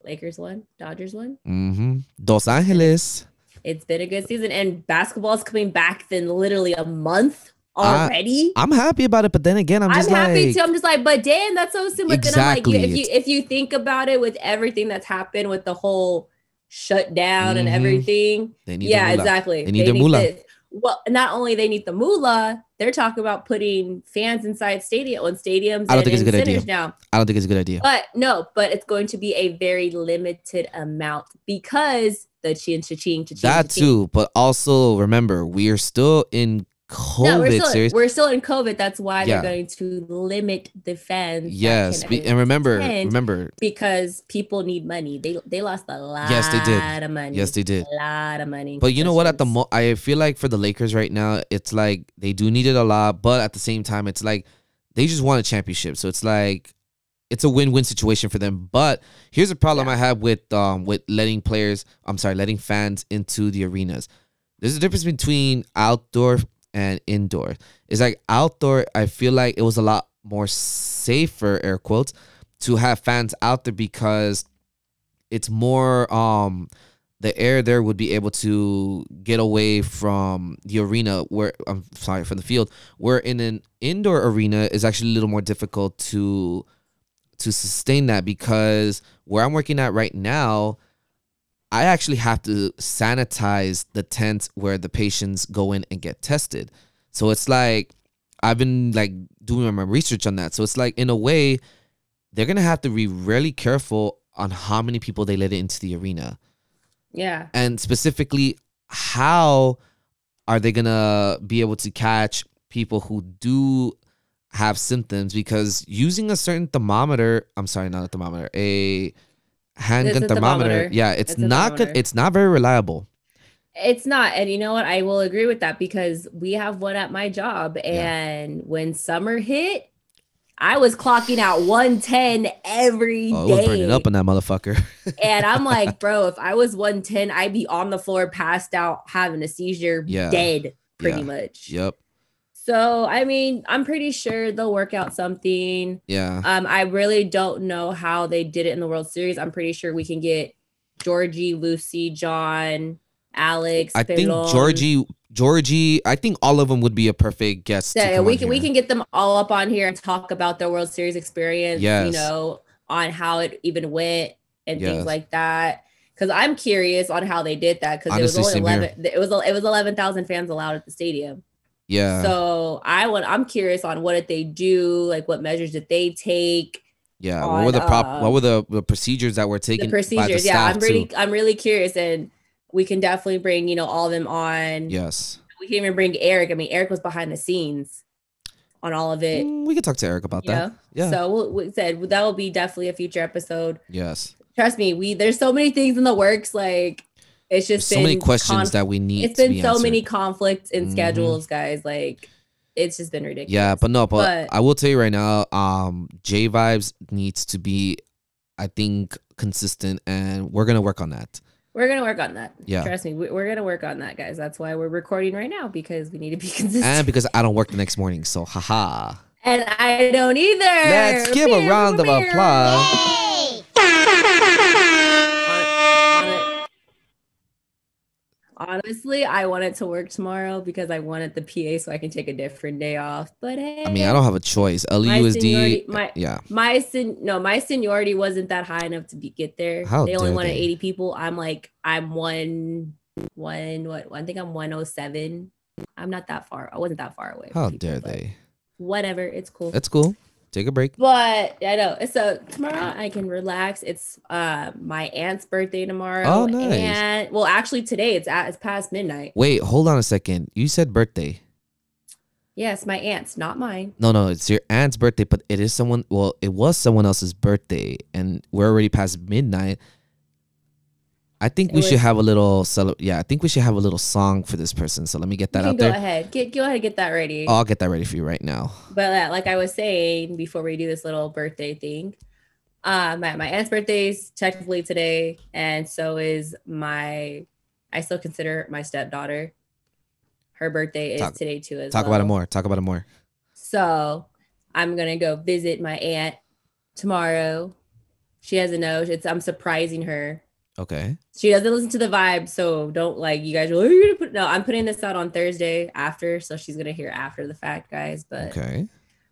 Speaker 8: Lakers won, Dodgers won.
Speaker 9: hmm Dos Angeles.
Speaker 8: It's been a good season, and basketball's coming back in literally a month already.
Speaker 9: I'm happy about it, but then again, I'm
Speaker 8: I'm,
Speaker 9: just
Speaker 8: happy
Speaker 9: like,
Speaker 8: too. I'm just like, but damn, that's so soon. But then I'm like,
Speaker 9: Exactly.
Speaker 8: you, if you if you think about it, with everything that's happened with the whole shutdown and
Speaker 9: Mhm.
Speaker 8: everything,
Speaker 9: they need
Speaker 8: yeah,
Speaker 9: the moolah.
Speaker 8: exactly.
Speaker 9: They need the moolah.
Speaker 8: this. Well, not only they need the moolah, they're talking about putting fans inside stadium on stadiums
Speaker 9: I
Speaker 8: and
Speaker 9: don't think it's a
Speaker 8: in
Speaker 9: good idea.
Speaker 8: centers now.
Speaker 9: I don't think it's a good idea.
Speaker 8: But no, but it's going to be a very limited amount because the chin cha ching cha ching.
Speaker 9: that too, but also remember, we are still in COVID
Speaker 8: No, we're still,
Speaker 9: series.
Speaker 8: we're still in COVID. That's why
Speaker 9: Yeah.
Speaker 8: they're going to limit the fans. that
Speaker 9: Yes,
Speaker 8: can
Speaker 9: be- and remember,
Speaker 8: attend
Speaker 9: remember,
Speaker 8: because people need money. They they lost a lot.
Speaker 9: Yes, they did.
Speaker 8: Of money.
Speaker 9: yes, they did.
Speaker 8: a lot of money.
Speaker 9: But you know what? At the
Speaker 8: moment,
Speaker 9: mo, I feel like for the Lakers right now, it's like they do need it a lot, but at the same time, it's like they just won a championship, so it's like it's a win-win situation for them. But here's a problem I have with um with letting players, I'm sorry, letting fans into the arenas. There's a difference between outdoor and indoor. It's like outdoor, I feel like it was a lot more safer, air quotes, to have fans out there because it's more um the air there would be able to get away from the arena where I'm sorry from the field where in an indoor arena is actually a little more difficult to to sustain that because where I'm working at right now I actually have to sanitize the tent where the patients go in and get tested so it's like I've been like doing my research on that so it's like in a way they're going to have to be really careful on how many people they let into the arena
Speaker 8: yeah,
Speaker 9: and specifically how are they gonna be able to catch people who do have symptoms because using a certain thermometer i'm sorry not a thermometer a handgun
Speaker 8: a
Speaker 9: thermometer,
Speaker 8: thermometer.
Speaker 9: yeah it's,
Speaker 8: It's a
Speaker 9: not good
Speaker 8: thermometer.
Speaker 9: it's not very reliable
Speaker 8: it's not. And you know what? I will agree with that because we have one at my job, and when summer hit. I was clocking out 110 every day.
Speaker 9: oh it was burning up on that motherfucker
Speaker 8: And I'm like, bro, if I was 110, I'd be on the floor, passed out, having a seizure,
Speaker 9: Yeah.
Speaker 8: dead, pretty
Speaker 9: Yeah.
Speaker 8: much.
Speaker 9: yep
Speaker 8: So, I mean, I'm pretty sure they'll work out something.
Speaker 9: Yeah.
Speaker 8: Um, I really don't know how they did it in the World Series. I'm pretty sure we can get Georgie, Lucy, John, Alex.
Speaker 9: I think
Speaker 8: Pelon.
Speaker 9: Georgie, Georgie, I think all of them would be a perfect guest. to
Speaker 8: So
Speaker 9: come
Speaker 8: we
Speaker 9: on
Speaker 8: can we
Speaker 9: here.
Speaker 8: can get them all up on here and talk about their World Series experience. You
Speaker 9: Yes.
Speaker 8: know, on how it even went and
Speaker 9: Yes.
Speaker 8: things like that. Because I'm curious on how they did that. Because it was
Speaker 9: Honestly,
Speaker 8: only
Speaker 9: same here.
Speaker 8: eleven. It was it was eleven thousand fans allowed at the stadium.
Speaker 9: Yeah.
Speaker 8: so I want. I'm curious on what did they do? Like what measures did they take?
Speaker 9: yeah. What were the
Speaker 8: on,
Speaker 9: prop?
Speaker 8: uh,
Speaker 9: what were the, the procedures that were
Speaker 8: The
Speaker 9: taken? By the
Speaker 8: procedures. Yeah,
Speaker 9: staff
Speaker 8: I'm really
Speaker 9: too?
Speaker 8: I'm really curious, and we can definitely bring you know all of them on.
Speaker 9: Yes.
Speaker 8: We can even bring Eric. I mean, Eric was behind the scenes on all of it.
Speaker 9: Mm, we could talk to Eric about
Speaker 8: you
Speaker 9: that.
Speaker 8: know?
Speaker 9: Yeah.
Speaker 8: So we'll, we said that will be definitely a future episode.
Speaker 9: yes.
Speaker 8: Trust me, we there's so many things in the works. Like it's just
Speaker 9: so many
Speaker 8: been
Speaker 9: questions
Speaker 8: conf-
Speaker 9: that we need.
Speaker 8: It's
Speaker 9: to
Speaker 8: been
Speaker 9: be
Speaker 8: so
Speaker 9: answered.
Speaker 8: many conflicts and
Speaker 9: Mhm.
Speaker 8: schedules, guys. Like it's just been ridiculous.
Speaker 9: Yeah, but no, but,
Speaker 8: But-
Speaker 9: I will tell you right now, um, J Vibes needs to be, I think, consistent, and we're gonna work on that.
Speaker 8: we're gonna work on that.
Speaker 9: Yeah.
Speaker 8: Trust me, we, we're gonna work on that, guys. That's why we're recording right now because we need to be consistent.
Speaker 9: And
Speaker 8: And,
Speaker 9: because I don't work the next morning, so haha.
Speaker 8: I don't either.
Speaker 9: Let's give a round of applause.
Speaker 10: Yay!
Speaker 8: Honestly, I want it to work tomorrow because I wanted the PA so I can take a different day off. But hey,
Speaker 9: I mean, I don't have a choice.
Speaker 8: my seniority,
Speaker 9: LUSD,
Speaker 8: my
Speaker 9: uh, yeah,
Speaker 8: my sen- no, my seniority wasn't that high enough to be, get there.
Speaker 9: How
Speaker 8: they only
Speaker 9: dare
Speaker 8: wanted
Speaker 9: they.
Speaker 8: eighty people. I'm like, I'm one, one, what? I think I'm one oh seven. I'm not that far. I wasn't that far away. from
Speaker 9: how
Speaker 8: people,
Speaker 9: dare
Speaker 8: but
Speaker 9: they?
Speaker 8: Whatever, it's cool.
Speaker 9: That's cool. Take a break.
Speaker 8: But I know. So tomorrow I can relax. It's uh my aunt's birthday tomorrow.
Speaker 9: Oh, nice.
Speaker 8: And well, actually today it's at it's past midnight.
Speaker 9: Wait, hold on a second. You said birthday.
Speaker 8: Yes, my aunt's, not mine.
Speaker 9: No, no, it's your aunt's birthday, but it is someone. Well, it was someone else's birthday, and we're already past midnight. I think
Speaker 8: It
Speaker 9: we should
Speaker 8: was-
Speaker 9: have a little. Cele- yeah, I think we should have a little song for this person. So let me get
Speaker 8: You
Speaker 9: that
Speaker 8: can
Speaker 9: out
Speaker 8: go
Speaker 9: there.
Speaker 8: ahead. Get go ahead and get that ready.
Speaker 9: Oh, I'll get that ready for you right now.
Speaker 8: But uh, like I was saying before we do this little birthday thing, uh, my, my aunt's birthday is technically today, and so is my, I still consider my stepdaughter. Her birthday is
Speaker 9: Talk-
Speaker 8: today too. As
Speaker 9: Talk about it
Speaker 8: well.
Speaker 9: more. Talk about it more.
Speaker 8: So I'm gonna go visit my aunt tomorrow. She doesn't know. It's I'm surprising her.
Speaker 9: Okay.
Speaker 8: She doesn't listen to the vibe, so don't like you guys. Are, "Oh, you're gonna put no. I'm putting this out on Thursday after, so she's gonna hear after the fact, guys. But
Speaker 9: Okay.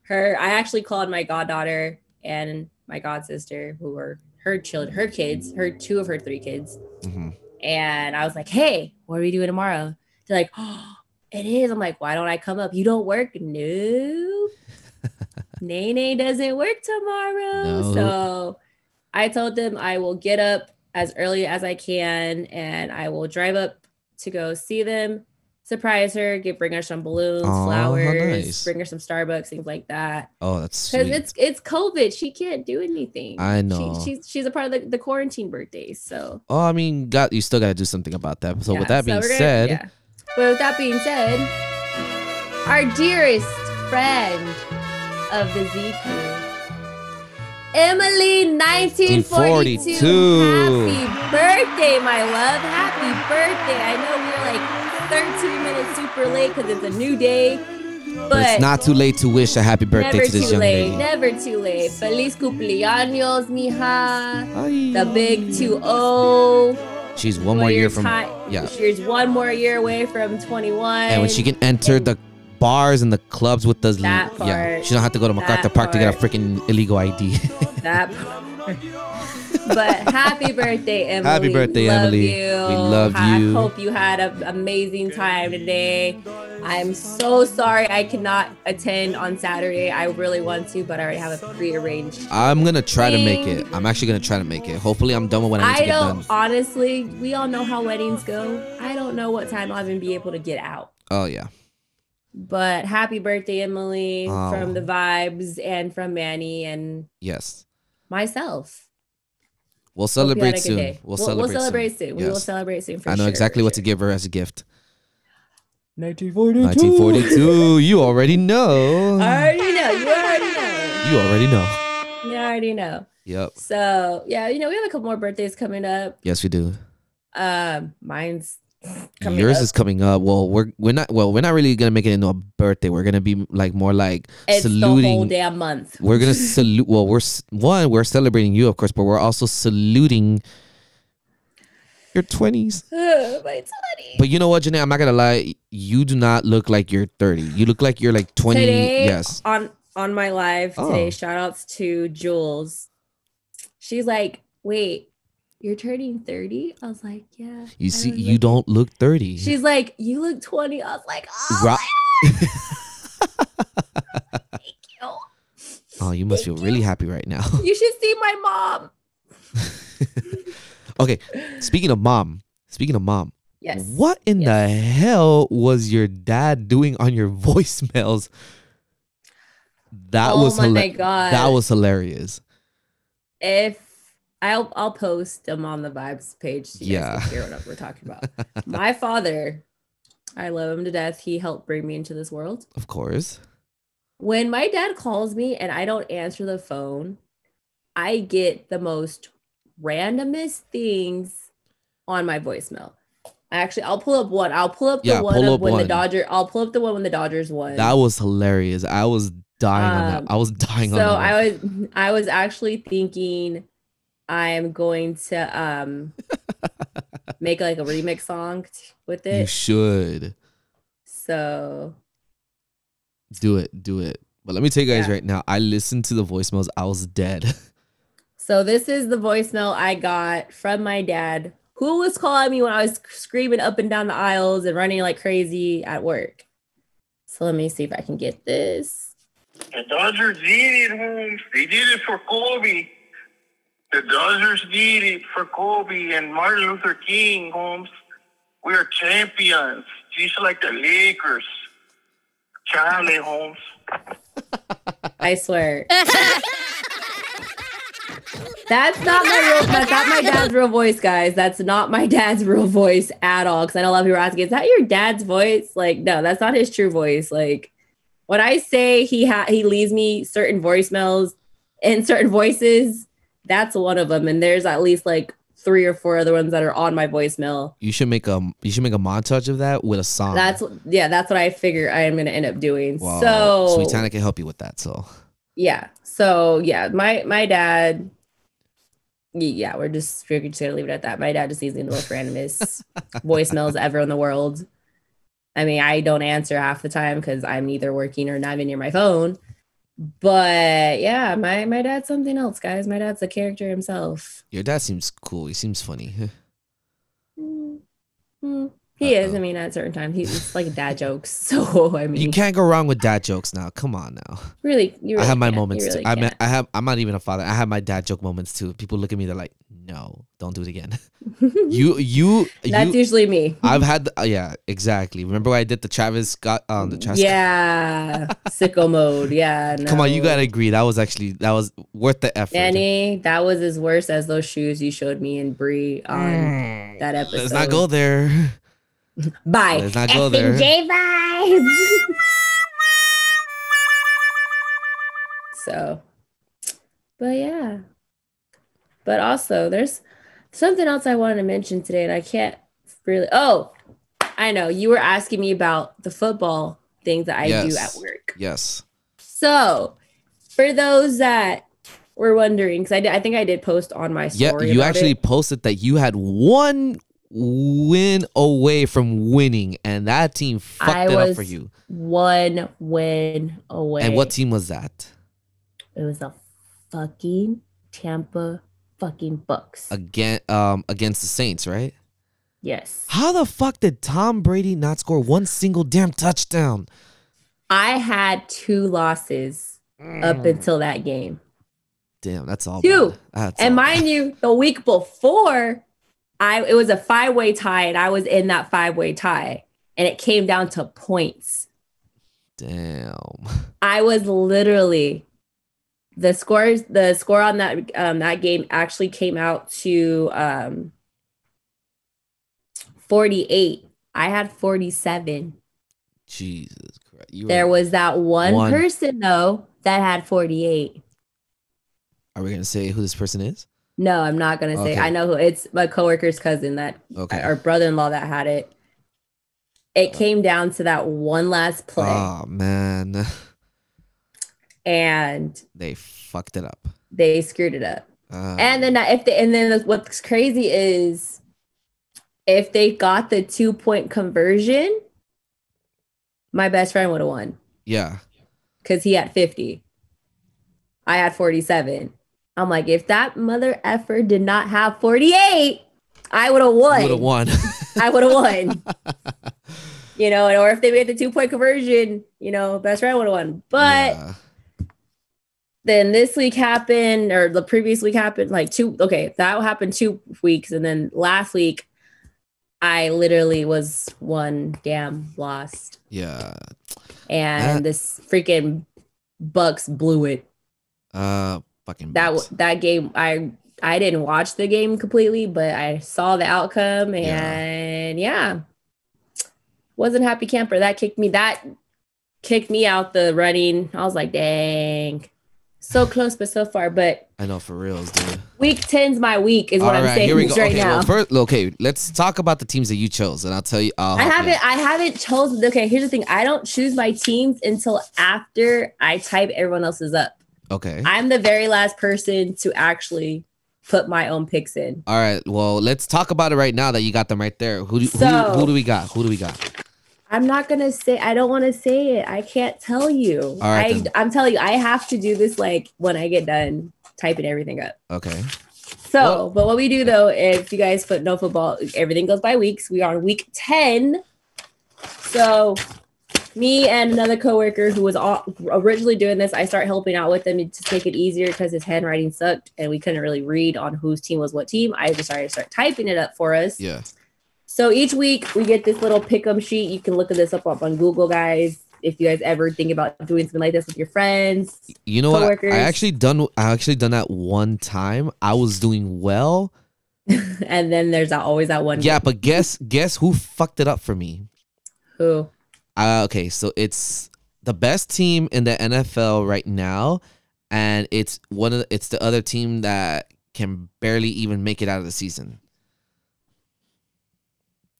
Speaker 8: her i actually called my goddaughter and my god sister who were her children her kids her two of her three kids
Speaker 9: hmm
Speaker 8: and i was like hey what are we doing tomorrow they're like oh, it is i'm like why don't i come up you don't work no nene doesn't work tomorrow
Speaker 9: No.
Speaker 8: so i told them i will get up as early as i can and i will drive up to go see them surprise her get bring her some balloons
Speaker 9: Aw, how
Speaker 8: flowers
Speaker 9: nice.
Speaker 8: bring her some starbucks things like that
Speaker 9: Oh, that's
Speaker 8: because
Speaker 9: sweet.
Speaker 8: it's it's COVID. She can't do anything.
Speaker 9: I
Speaker 8: She-
Speaker 9: know.
Speaker 8: she's she's a part of the, the quarantine birthdays. So
Speaker 9: oh, I mean, got you still got to do something about that. So
Speaker 8: yeah,
Speaker 9: with that being
Speaker 8: we're gonna-
Speaker 9: said,
Speaker 8: yeah. but with that being said, our dearest friend of the Z crew, Emily, nineteen forty-two.
Speaker 9: 1942.
Speaker 8: Happy birthday, my love! Happy birthday! I know we're like thirteen minutes super late because it's a new day,
Speaker 9: but
Speaker 8: but
Speaker 9: it's not too late to wish a happy birthday
Speaker 8: never
Speaker 9: to this
Speaker 8: too
Speaker 9: young
Speaker 8: late.
Speaker 9: lady.
Speaker 8: Never too late. Feliz cumpleaños, mija.
Speaker 9: Ay.
Speaker 8: The big oh. 2 0.
Speaker 9: She's one more year from. yeah.
Speaker 8: She's one more year away from 21.
Speaker 9: and when she can enter the bars and the clubs with the
Speaker 8: That
Speaker 9: yeah
Speaker 8: part.
Speaker 9: she don't have to go to macarthur
Speaker 8: That
Speaker 9: park to get a
Speaker 8: part.
Speaker 9: freaking illegal id
Speaker 8: That but happy birthday, Emily.
Speaker 9: Happy birthday,
Speaker 8: Love
Speaker 9: Emily.
Speaker 8: You.
Speaker 9: We love
Speaker 8: I
Speaker 9: you.
Speaker 8: hope you had an amazing time today. I'm so sorry I cannot attend on Saturday. I really want to, but I already have a prearranged
Speaker 9: i'm gonna try to make it
Speaker 8: Ding.
Speaker 9: i'm actually gonna try to make it hopefully i'm done with what i need
Speaker 8: I
Speaker 9: to get
Speaker 8: don't
Speaker 9: done
Speaker 8: honestly. We all know how weddings go. I don't know what time I'll even be able to get out.
Speaker 9: oh yeah
Speaker 8: But happy birthday, Emily,
Speaker 9: Oh.
Speaker 8: from the vibes and from Manny and
Speaker 9: yes
Speaker 8: myself.
Speaker 9: we'll
Speaker 8: Hope you had a
Speaker 9: celebrate
Speaker 8: good
Speaker 9: soon
Speaker 8: day.
Speaker 9: we'll, celebrate
Speaker 8: We'll celebrate soon. We will
Speaker 9: Yes.
Speaker 8: celebrate soon. For
Speaker 9: i know
Speaker 8: sure,
Speaker 9: exactly
Speaker 8: for
Speaker 9: what to
Speaker 8: sure.
Speaker 9: give her as a gift
Speaker 11: 1942.
Speaker 9: 1942 you already know
Speaker 8: I already know. You already know.
Speaker 9: you already know
Speaker 8: You already know.
Speaker 9: yep
Speaker 8: So yeah, you know we have a couple more birthdays coming up.
Speaker 9: yes we do
Speaker 8: Um, mine's Coming
Speaker 9: Yours
Speaker 8: up.
Speaker 9: is coming up. Well, we're we're not well, we're not really gonna make it into a birthday. We're gonna be like more like
Speaker 8: It's
Speaker 9: saluting.
Speaker 8: the whole damn month.
Speaker 9: We're gonna salute. Well, we're s- one. We're celebrating you, of course, but we're also saluting your twenties.
Speaker 8: My
Speaker 9: But you know what, Janae? I'm not gonna lie. You do not look like you're 30. You look like you're like 20.
Speaker 8: today
Speaker 9: yes.
Speaker 8: on on my live
Speaker 9: Oh.
Speaker 8: today shout outs to jules she's like wait you're turning 30 i was like yeah
Speaker 9: You
Speaker 8: I
Speaker 9: see,
Speaker 8: was
Speaker 9: you
Speaker 8: like-
Speaker 9: don't look 30.
Speaker 8: she's like you look 20 i was like oh
Speaker 9: Ro-
Speaker 8: my
Speaker 9: oh, you must feel really happy right now.
Speaker 8: God. you should see my mom
Speaker 9: okay. Speaking of mom. Speaking of mom.
Speaker 8: yes
Speaker 9: What in the hell was your dad doing on your voicemails? That
Speaker 8: Oh
Speaker 9: was
Speaker 8: my
Speaker 9: hila-
Speaker 8: God.
Speaker 9: That was hilarious.
Speaker 8: if I'll I'll post them on the vibes page so you guys
Speaker 9: Yeah.
Speaker 8: can hear what we're talking about. my father, I love him to death. He helped bring me into this world.
Speaker 9: Of course.
Speaker 8: when my dad calls me and I don't answer the phone, I get the most randomest things on my voicemail. Actually, I'll pull up one. I'll pull up the
Speaker 9: Yeah,
Speaker 8: one
Speaker 9: pull
Speaker 8: of
Speaker 9: up
Speaker 8: when
Speaker 9: one.
Speaker 8: the Dodger. I'll pull up the one when the Dodgers won.
Speaker 9: That was hilarious. I was dying on
Speaker 8: Um,
Speaker 9: that. I was dying
Speaker 8: so
Speaker 9: on that. one.
Speaker 8: I was I was actually thinking I'm going to um make like a remix song with
Speaker 9: you
Speaker 8: it.
Speaker 9: should
Speaker 8: so
Speaker 9: do it. Do it. But let me tell you guys
Speaker 8: Yeah.
Speaker 9: right now, I listened to the voicemails. I was dead.
Speaker 8: So this is the voicemail I got from my dad, who was calling me when I was screaming up and down the aisles and running like crazy at work. So let me see if I can get this.
Speaker 12: The Dodgers did it, Holmes. They did it for Kobe. The Dodgers did it for Kobe and Martin Luther King, Holmes. We are champions, just like the Lakers. Charlie, Holmes.
Speaker 8: I swear. That's not my real. That's not my dad's real voice, guys. That's not my dad's real voice at all. Because I know a lot of people are asking, "Is that your dad's voice?" Like, no, that's not his true voice. Like, when I say he ha- he leaves me certain voicemails and certain voices, that's one of them. And there's at least like three or four other ones that are on my voicemail.
Speaker 9: You should make a you should make a montage of that with a song.
Speaker 8: That's yeah, that's what I figure I am gonna end up doing.
Speaker 9: Wow.
Speaker 8: So
Speaker 9: Sweet Tana can help you with that. So
Speaker 8: yeah so yeah my my dad y- yeah we're just we're just gonna leave it at that my dad just leaves me the most randomest voicemails ever in the world i mean i don't answer half the time because i'm either working or not even near my phone but yeah my my dad's something else guys my dad's a character himself
Speaker 9: your dad seems cool. He seems funny.
Speaker 8: Mm, mm. he is i mean at certain time he's it's like dad jokes so i mean
Speaker 9: You can't go wrong with dad jokes now. Come on now.
Speaker 8: really, you
Speaker 9: I
Speaker 8: really
Speaker 9: have my
Speaker 8: can't. You
Speaker 9: moments.
Speaker 8: really
Speaker 9: too. I mean,
Speaker 8: can't.
Speaker 9: I have. I'm not even a father. I have my dad joke moments too. People look at me. They're like, "No, don't do it again." you, you,
Speaker 8: that's
Speaker 9: you.
Speaker 8: usually me
Speaker 9: I've had. The, uh, yeah, exactly. Remember when I did the Travis Scott um, the Travis.
Speaker 8: yeah, sicko mode. Yeah, no.
Speaker 9: Come on, you gotta agree. That was actually that was worth the effort.
Speaker 8: Manny, that was as worse as those shoes you showed me and Bree on
Speaker 9: Mm.
Speaker 8: that episode.
Speaker 9: Let's not go there.
Speaker 8: Bye.
Speaker 9: Let's not go there.
Speaker 13: J vibes.
Speaker 8: So, but yeah. But also, there's something else I wanted to mention today, and I can't really. Oh, I know you were asking me about the football things that I do
Speaker 9: Yes.
Speaker 8: at work.
Speaker 9: Yes.
Speaker 8: So, for those that were wondering, because I, did- I think I did post on my
Speaker 9: Yeah,
Speaker 8: story.
Speaker 9: you
Speaker 8: about
Speaker 9: actually
Speaker 8: it.
Speaker 9: posted that you had one win away from winning, and that team fucked
Speaker 8: I
Speaker 9: it up for
Speaker 8: was
Speaker 9: you.
Speaker 8: one win away.
Speaker 9: And what team was that?
Speaker 8: It was the fucking Tampa fucking Bucks.
Speaker 9: Again, um, against the Saints, right?
Speaker 8: yes.
Speaker 9: How the fuck did Tom Brady not score one single damn touchdown?
Speaker 8: I had two losses up
Speaker 9: Mm.
Speaker 8: until that game.
Speaker 9: Damn, that's all.
Speaker 8: Two.
Speaker 9: bad. That's
Speaker 8: And
Speaker 9: all
Speaker 8: mind you, the week before, I it was a five-way tie and I was in that five-way tie and it came down to points.
Speaker 9: bad. Damn.
Speaker 8: I was literally the scores the score on that um that game actually came out to um 48. I had 47.
Speaker 9: Jesus Christ. You
Speaker 8: There
Speaker 9: were-
Speaker 8: was that one,
Speaker 9: One.
Speaker 8: person though that had 48.
Speaker 9: Are we gonna say who this person is?
Speaker 8: No, I'm not gonna say.
Speaker 9: Okay.
Speaker 8: I know who it's my coworker's cousin that
Speaker 9: Okay.
Speaker 8: our brother-in-law that had it. It came down to that one last play,
Speaker 9: Oh man,
Speaker 8: and
Speaker 9: they fucked it up.
Speaker 8: they screwed it up.
Speaker 9: Uh,
Speaker 8: And then if they, and then what's crazy is if they got the two point conversion, my best friend would have won
Speaker 9: yeah,
Speaker 8: because he had 50. I had 47. I'm like, if that mother effer did not have 48, I would have won.
Speaker 9: would have won.
Speaker 8: I would have won. you know, and or if they made the two point conversion, you know, best friend would have won. But
Speaker 9: Yeah.
Speaker 8: then this week happened or the previous week happened like two okay that happened two weeks and then last week i literally was one damn lost
Speaker 9: yeah.
Speaker 8: and
Speaker 9: That-
Speaker 8: this freaking bucks blew it
Speaker 9: Uh, fucking
Speaker 8: that
Speaker 9: Bucks.
Speaker 8: w- that game i i didn't watch the game completely but i saw the outcome
Speaker 9: Yeah.
Speaker 8: and yeah, wasn't happy camper that kicked me that kicked me out the running i was like dang so close but so far but
Speaker 9: I know for reals, dude.
Speaker 8: Week 10's my week, is
Speaker 9: All
Speaker 8: what I'm saying right
Speaker 9: okay,
Speaker 8: now.
Speaker 9: well, first, okay, let's talk about the teams that you chose, and I'll tell you. I'll
Speaker 8: I
Speaker 9: help you.
Speaker 8: haven't I haven't chosen okay, here's the thing. I don't choose my teams until after I type everyone else's up.
Speaker 9: Okay.
Speaker 8: I'm the very last person to actually put my own picks in.
Speaker 9: All right. Well, let's talk about it right now that you got them right there. Who do
Speaker 8: So-
Speaker 9: who, who do we got? Who do we got?
Speaker 8: I'm not gonna say I don't wanna say it. I can't tell you.
Speaker 9: right,
Speaker 8: I
Speaker 9: then.
Speaker 8: I'm telling you, I have to do this like when I get done typing everything up.
Speaker 9: Okay.
Speaker 8: So,
Speaker 9: Well-
Speaker 8: but what we do though, if you guys put no football, everything goes by weeks. We are on week 10. So, me and another coworker who was all, originally doing this, I start helping out with him to make it easier because his handwriting sucked and we couldn't really read on whose team was what team. I decided to start typing it up for us.
Speaker 9: Yeah.
Speaker 8: So each week we get this little pick'em sheet. You can look at this up, up on Google, guys. If you guys ever think about doing something like this with your friends,
Speaker 9: You know what? I-
Speaker 8: Coworkers.
Speaker 9: I actually done. I actually done that one time. I was doing well.
Speaker 8: and then there's that, always that one
Speaker 9: Yeah, but guess guess who fucked it up for me?
Speaker 8: who
Speaker 9: Uh, okay, so it's the best team in the NFL right now, and it's one of the, it's the other team that can barely even make it out of the season.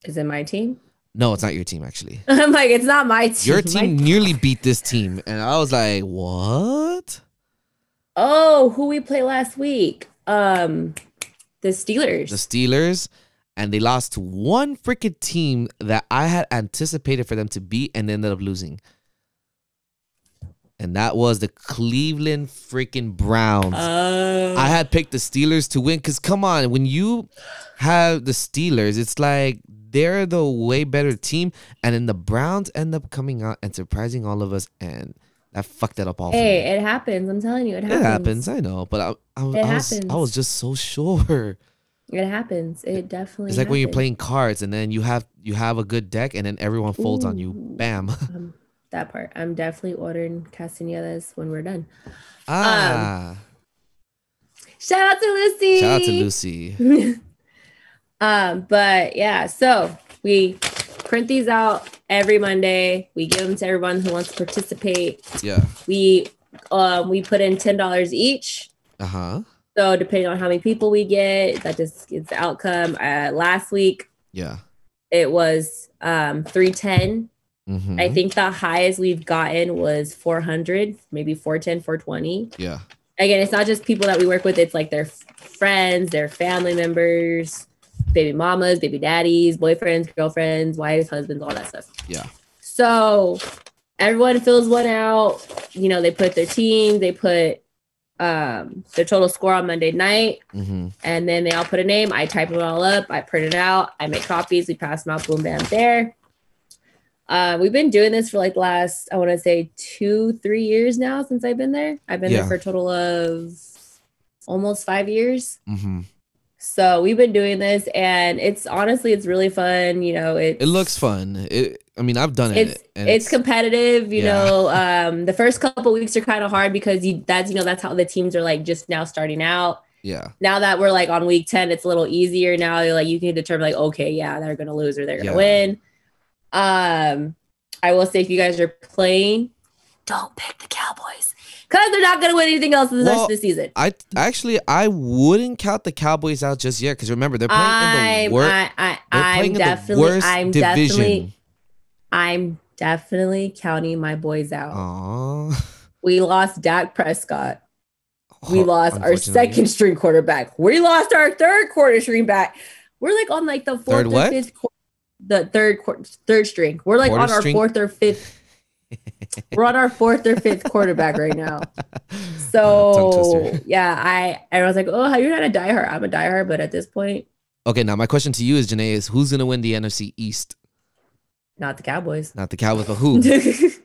Speaker 8: is in my team.
Speaker 9: No, it's not your team actually.
Speaker 8: I'm like, it's not my team.
Speaker 9: Your
Speaker 8: My
Speaker 9: team nearly beat this team, and I was like, "What?"
Speaker 8: Oh, who we played last week? Um, the Steelers.
Speaker 9: The Steelers, and they lost to one freaking team that I had anticipated for them to beat, and they ended up losing. And that was the Cleveland freaking Browns.
Speaker 8: Oh,
Speaker 9: I had picked the Steelers to win because come on, when you have the Steelers, it's like they're the way better team, and then the Browns end up coming out and surprising all of us, and that fucked that up all. for me.
Speaker 8: hey, it happens. I'm telling you, it happens.
Speaker 9: It happens, I know, but I,
Speaker 8: It
Speaker 9: I, I was I
Speaker 8: happens.
Speaker 9: was just so sure.
Speaker 8: It happens. It definitely.
Speaker 9: It's like when you're
Speaker 8: happens.
Speaker 9: playing cards and then you have you have a good deck and then everyone folds on you.
Speaker 8: Ooh.
Speaker 9: Bam.
Speaker 8: Um, that part. I'm definitely ordering castañedas when we're done.
Speaker 9: ah.
Speaker 8: Shout out to Lucy.
Speaker 9: Shout out to Lucy.
Speaker 8: Um, but yeah, so we print these out every Monday. We give them to everyone who wants to participate.
Speaker 9: Yeah.
Speaker 8: We um we put in ten dollars each.
Speaker 9: Uh huh.
Speaker 8: So depending on how many people we get, that just is the outcome. Uh, last week
Speaker 9: Yeah.
Speaker 8: it was um 310.
Speaker 9: Mm-hmm.
Speaker 8: I think the highest we've gotten was 400, maybe 410, 420.
Speaker 9: yeah.
Speaker 8: Again, it's not just people that we work with, it's like their f- friends, their family members, baby mamas, baby daddies, boyfriends, girlfriends, wives, husbands, all that stuff.
Speaker 9: Yeah.
Speaker 8: So everyone fills one out. You know, they put their team, they put um their total score on Monday night
Speaker 9: Mm-hmm.
Speaker 8: and then they all put a name. I type it all up. I print it out. I make copies. We pass them out. Boom, bam, there. Uh, we've been doing this for like the last, I want to say two, three years now since I've been there. I've been
Speaker 9: Yeah.
Speaker 8: there for a total of almost five years.
Speaker 9: Mm-hmm.
Speaker 8: So we've been doing this, and it's honestly, it's really fun. You know, it's,
Speaker 9: It looks fun. It. I mean, I've done it.
Speaker 8: It's
Speaker 9: and
Speaker 8: it's competitive, you
Speaker 9: yeah.
Speaker 8: know. Um, the first couple weeks are kind of hard because you that's you know that's how the teams are like just now starting out
Speaker 9: yeah.
Speaker 8: now that we're like on week 10 it's a little easier now you're like you can determine like okay yeah they're gonna lose or they're gonna
Speaker 9: Yeah.
Speaker 8: win um i will say if you guys are playing don't pick the cowboys because they're not gonna win anything else in the rest
Speaker 9: Well,
Speaker 8: of the season
Speaker 9: I actually I wouldn't count the Cowboys out just yet because remember they're playing in
Speaker 8: I'm,
Speaker 9: the worst.
Speaker 8: I, I,
Speaker 9: They're
Speaker 8: I'm
Speaker 9: playing in the
Speaker 8: definitely,
Speaker 9: worst
Speaker 8: I'm
Speaker 9: division.
Speaker 8: definitely, I'm definitely counting my boys out.
Speaker 9: Uh, Aw.
Speaker 8: We lost Dak Prescott. We lost our
Speaker 9: Unfortunately.
Speaker 8: second string quarterback. We lost our third quarter string back. We're like on like the fourth
Speaker 9: Third
Speaker 8: or
Speaker 9: what?
Speaker 8: fifth quar- the third quar- third string. We're like
Speaker 9: Quarter
Speaker 8: on our
Speaker 9: string?
Speaker 8: fourth or fifth. We're on our fourth or fifth quarterback right now.
Speaker 9: Uh, tongue
Speaker 8: So
Speaker 9: twister.
Speaker 8: yeah, I I was like, oh, you're not a diehard. I'm a diehard, but at this point,
Speaker 9: okay, now my question to you is, Janae, is who's gonna win the NFC East?
Speaker 8: not the Cowboys.
Speaker 9: Not the Cowboys, but who?
Speaker 8: it's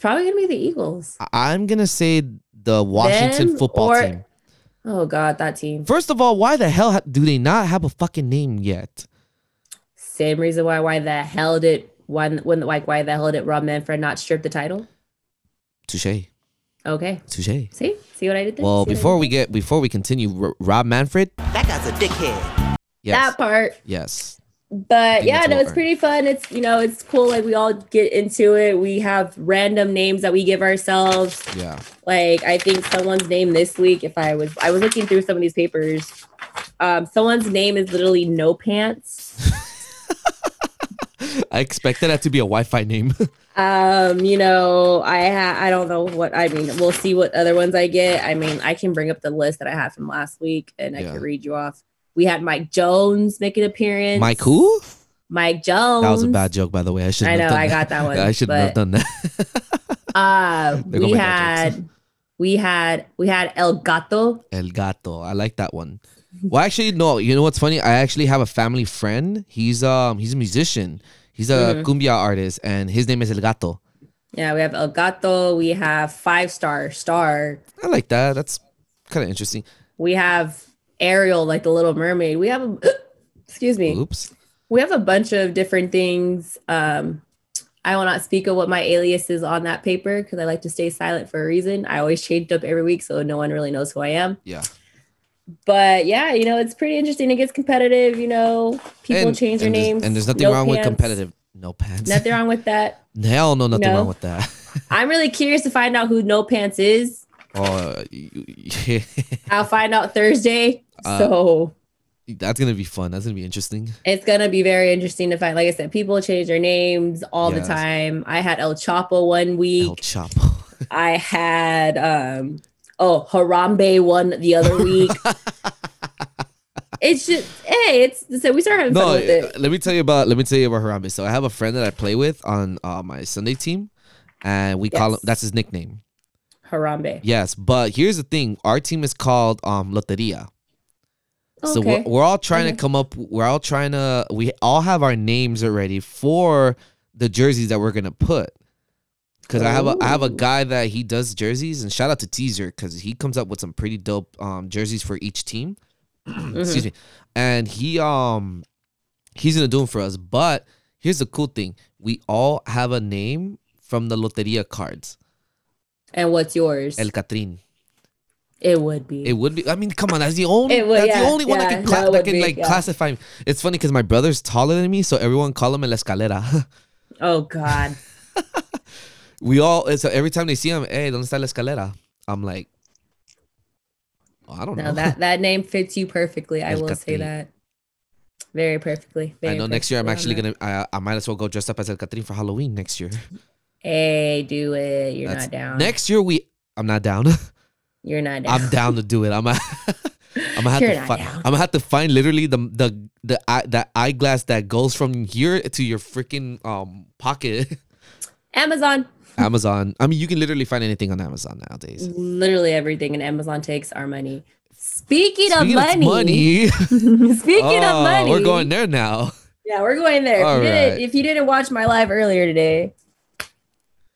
Speaker 8: probably gonna be the Eagles.
Speaker 9: I- I'm gonna say the Washington
Speaker 8: Them
Speaker 9: football
Speaker 8: or-
Speaker 9: team.
Speaker 8: Oh God, that team.
Speaker 9: First of all, why the hell ha- do they not have a fucking name yet?
Speaker 8: Same reason why why the hell did one when like why the hell did Rob Manfred not strip the title?
Speaker 9: Touche,
Speaker 8: Okay,
Speaker 9: touche.
Speaker 8: see see what I did there.
Speaker 9: Well,
Speaker 8: See what I
Speaker 9: before
Speaker 8: did
Speaker 9: we get before we continue, R- Rob Manfred.
Speaker 1: That guy's a dickhead.
Speaker 8: there?
Speaker 9: Yes,
Speaker 8: that part,
Speaker 9: yes.
Speaker 8: but
Speaker 9: think
Speaker 8: yeah,
Speaker 9: that's
Speaker 8: no,
Speaker 9: what
Speaker 8: it's
Speaker 9: earned.
Speaker 8: pretty fun. It's you know it's cool. Like we all get into it. We have random names that we give ourselves.
Speaker 9: Yeah.
Speaker 8: like i think someone's name this week if i was i was looking through some of these papers um someone's name is literally no pants
Speaker 9: I expected that to be a Wi-Fi name.
Speaker 8: um you know i ha- i don't know what i mean we'll see what other ones i get i mean i can bring up the list that i had from last week and i
Speaker 9: Yeah.
Speaker 8: can read you off we had mike jones make an appearance
Speaker 9: Mike who?
Speaker 8: mike jones
Speaker 9: That was a bad joke, by the way. I should.
Speaker 8: i know
Speaker 9: Done
Speaker 8: i got
Speaker 9: that.
Speaker 8: that one
Speaker 9: I should not
Speaker 8: but,
Speaker 9: have done that.
Speaker 8: uh
Speaker 9: They're gonna
Speaker 8: we
Speaker 9: make all jokes.
Speaker 8: had we had we had el gato
Speaker 9: El gato. I like that one. Well, actually, no. You know what's funny? I actually have a family friend. He's um he's a musician. He's a
Speaker 8: Mhm.
Speaker 9: cumbia artist, and his name is El Gato.
Speaker 8: yeah we have el gato we have five star star
Speaker 9: I like that. That's kind of interesting.
Speaker 8: We have Ariel, like the Little Mermaid. We have a, excuse me,
Speaker 9: Oops.
Speaker 8: we have a bunch of different things. Um, I will not speak of what my alias is on that paper because I like to stay silent for a reason. I always change up every week, so no one really knows who I am.
Speaker 9: Yeah.
Speaker 8: But yeah, you know, it's pretty interesting. It gets competitive. You know, people
Speaker 9: And-
Speaker 8: change their
Speaker 9: and there's-
Speaker 8: names,
Speaker 9: And there's nothing
Speaker 8: No
Speaker 9: wrong with
Speaker 8: pants.
Speaker 9: competitive. No pants.
Speaker 8: Nothing wrong with that.
Speaker 9: Hell no, nothing
Speaker 8: No.
Speaker 9: wrong with that.
Speaker 8: I'm really curious to find out who No Pants is.
Speaker 9: Oh, you-
Speaker 8: I'll find out Thursday.
Speaker 9: Uh,
Speaker 8: so
Speaker 9: that's gonna be fun. That's gonna be interesting.
Speaker 8: It's gonna be very interesting to find. Like I said, people change their names all
Speaker 9: Yes.
Speaker 8: the time. I had El Chapo one week.
Speaker 9: El Chapo.
Speaker 8: I had um oh Harambe one the other week. it's just hey, it's so we started having
Speaker 9: no, uh,
Speaker 8: fun with it.
Speaker 9: let me tell you about let me tell you about Harambe. So I have a friend that I play with on uh, my Sunday team, and we call him
Speaker 8: Yes.
Speaker 9: that's his nickname.
Speaker 8: Harambe.
Speaker 9: Yes, but here's the thing: our team is called um Loteria. So we're,
Speaker 8: okay.
Speaker 9: we're all trying to
Speaker 8: Okay.
Speaker 9: come up. We're all trying to. We all have our names already for the jerseys that we're gonna put. Cause I have a I have a
Speaker 8: Ooh.
Speaker 9: guy that he does jerseys, and shout out to Teaser because he comes up with some pretty dope um jerseys for each team. Excuse
Speaker 8: Mm-hmm.
Speaker 9: me, and he um he's gonna do them for us. But here's the cool thing: we all have a name from the Loteria cards.
Speaker 8: and what's yours?
Speaker 9: El Catrin.
Speaker 8: it would be.
Speaker 9: It would be. I mean, come on. That's the only.
Speaker 8: It would-
Speaker 9: that's the
Speaker 8: yeah,
Speaker 9: only one that
Speaker 8: yeah,
Speaker 9: can, cla-
Speaker 8: that
Speaker 9: that
Speaker 8: would
Speaker 9: can
Speaker 8: be-
Speaker 9: like
Speaker 8: yeah.
Speaker 9: classify me. It's funny because my brother's taller than me, so everyone call him El Escalera.
Speaker 8: oh God.
Speaker 9: we all. So every time they see him, hey, donde está la escalera? I'm like, "Well, I don't know.
Speaker 8: No, that that name fits you perfectly. I
Speaker 9: El
Speaker 8: will say
Speaker 9: Catrín.
Speaker 8: that. Very perfectly.
Speaker 9: I
Speaker 8: very
Speaker 9: know next year I'm
Speaker 8: perfectly
Speaker 9: actually
Speaker 8: on that.
Speaker 9: gonna. I, I might as well go dressed up as El Catrín for Halloween next year.
Speaker 8: Hey, do it. You're not
Speaker 9: That's-
Speaker 8: down.
Speaker 9: Next year we. I'm not down.
Speaker 8: You're not down.
Speaker 9: I'm down to do it. I'm. A, I'm gonna have
Speaker 8: You're
Speaker 9: to
Speaker 8: not
Speaker 9: find.
Speaker 8: down.
Speaker 9: I'm gonna have to find literally the the the eye, that eyeglass that goes from here to your freaking um pocket.
Speaker 8: Amazon.
Speaker 9: Amazon. I mean, you can literally find anything on Amazon nowadays.
Speaker 8: literally everything and amazon takes our money speaking, of
Speaker 9: Speaking
Speaker 8: money, speaking
Speaker 9: oh,
Speaker 8: of money
Speaker 9: we're going there now.
Speaker 8: yeah we're going there if
Speaker 9: All
Speaker 8: you, didn't,
Speaker 9: right.
Speaker 8: if you didn't watch my live earlier today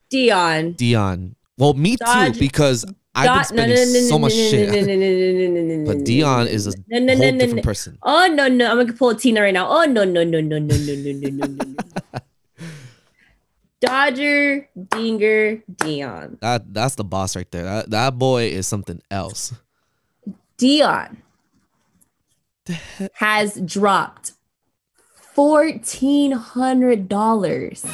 Speaker 8: dion
Speaker 9: Dion. Well, me
Speaker 8: Dodge-
Speaker 9: too, because I've
Speaker 8: Dot- no, no,
Speaker 9: been spending
Speaker 8: no,
Speaker 9: so
Speaker 8: no,
Speaker 9: much
Speaker 8: no, no, no,
Speaker 9: shit.
Speaker 8: no, no, no, no, no,
Speaker 9: But
Speaker 8: no,
Speaker 9: Dion is a
Speaker 8: no, no,
Speaker 9: whole
Speaker 8: no, no,
Speaker 9: different
Speaker 8: no.
Speaker 9: person.
Speaker 8: oh no no i'm gonna pull a tina right now oh no no no no no no no no no no no dodger dinger dion
Speaker 9: That that's the boss right there. That, that boy is something else.
Speaker 8: Dion has dropped fourteen hundred dollars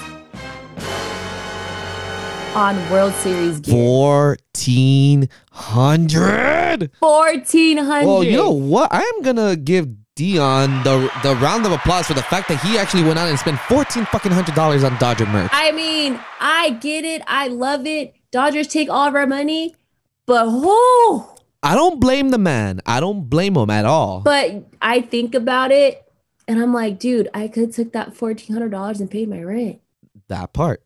Speaker 8: on World Series gear.
Speaker 9: Fourteen hundred.
Speaker 8: Fourteen hundred.
Speaker 9: Well, you know what? I am gonna give Dion the the round of applause for the fact that he actually went out and spent fourteen fucking hundred dollars on Dodger merch.
Speaker 8: I mean, I get it. I love it. Dodgers take all of our money, but who?
Speaker 9: I don't blame the man. I don't blame him at all.
Speaker 8: But I think about it, and I'm like, dude, I could took that fourteen hundred dollars and paid my rent.
Speaker 9: that part,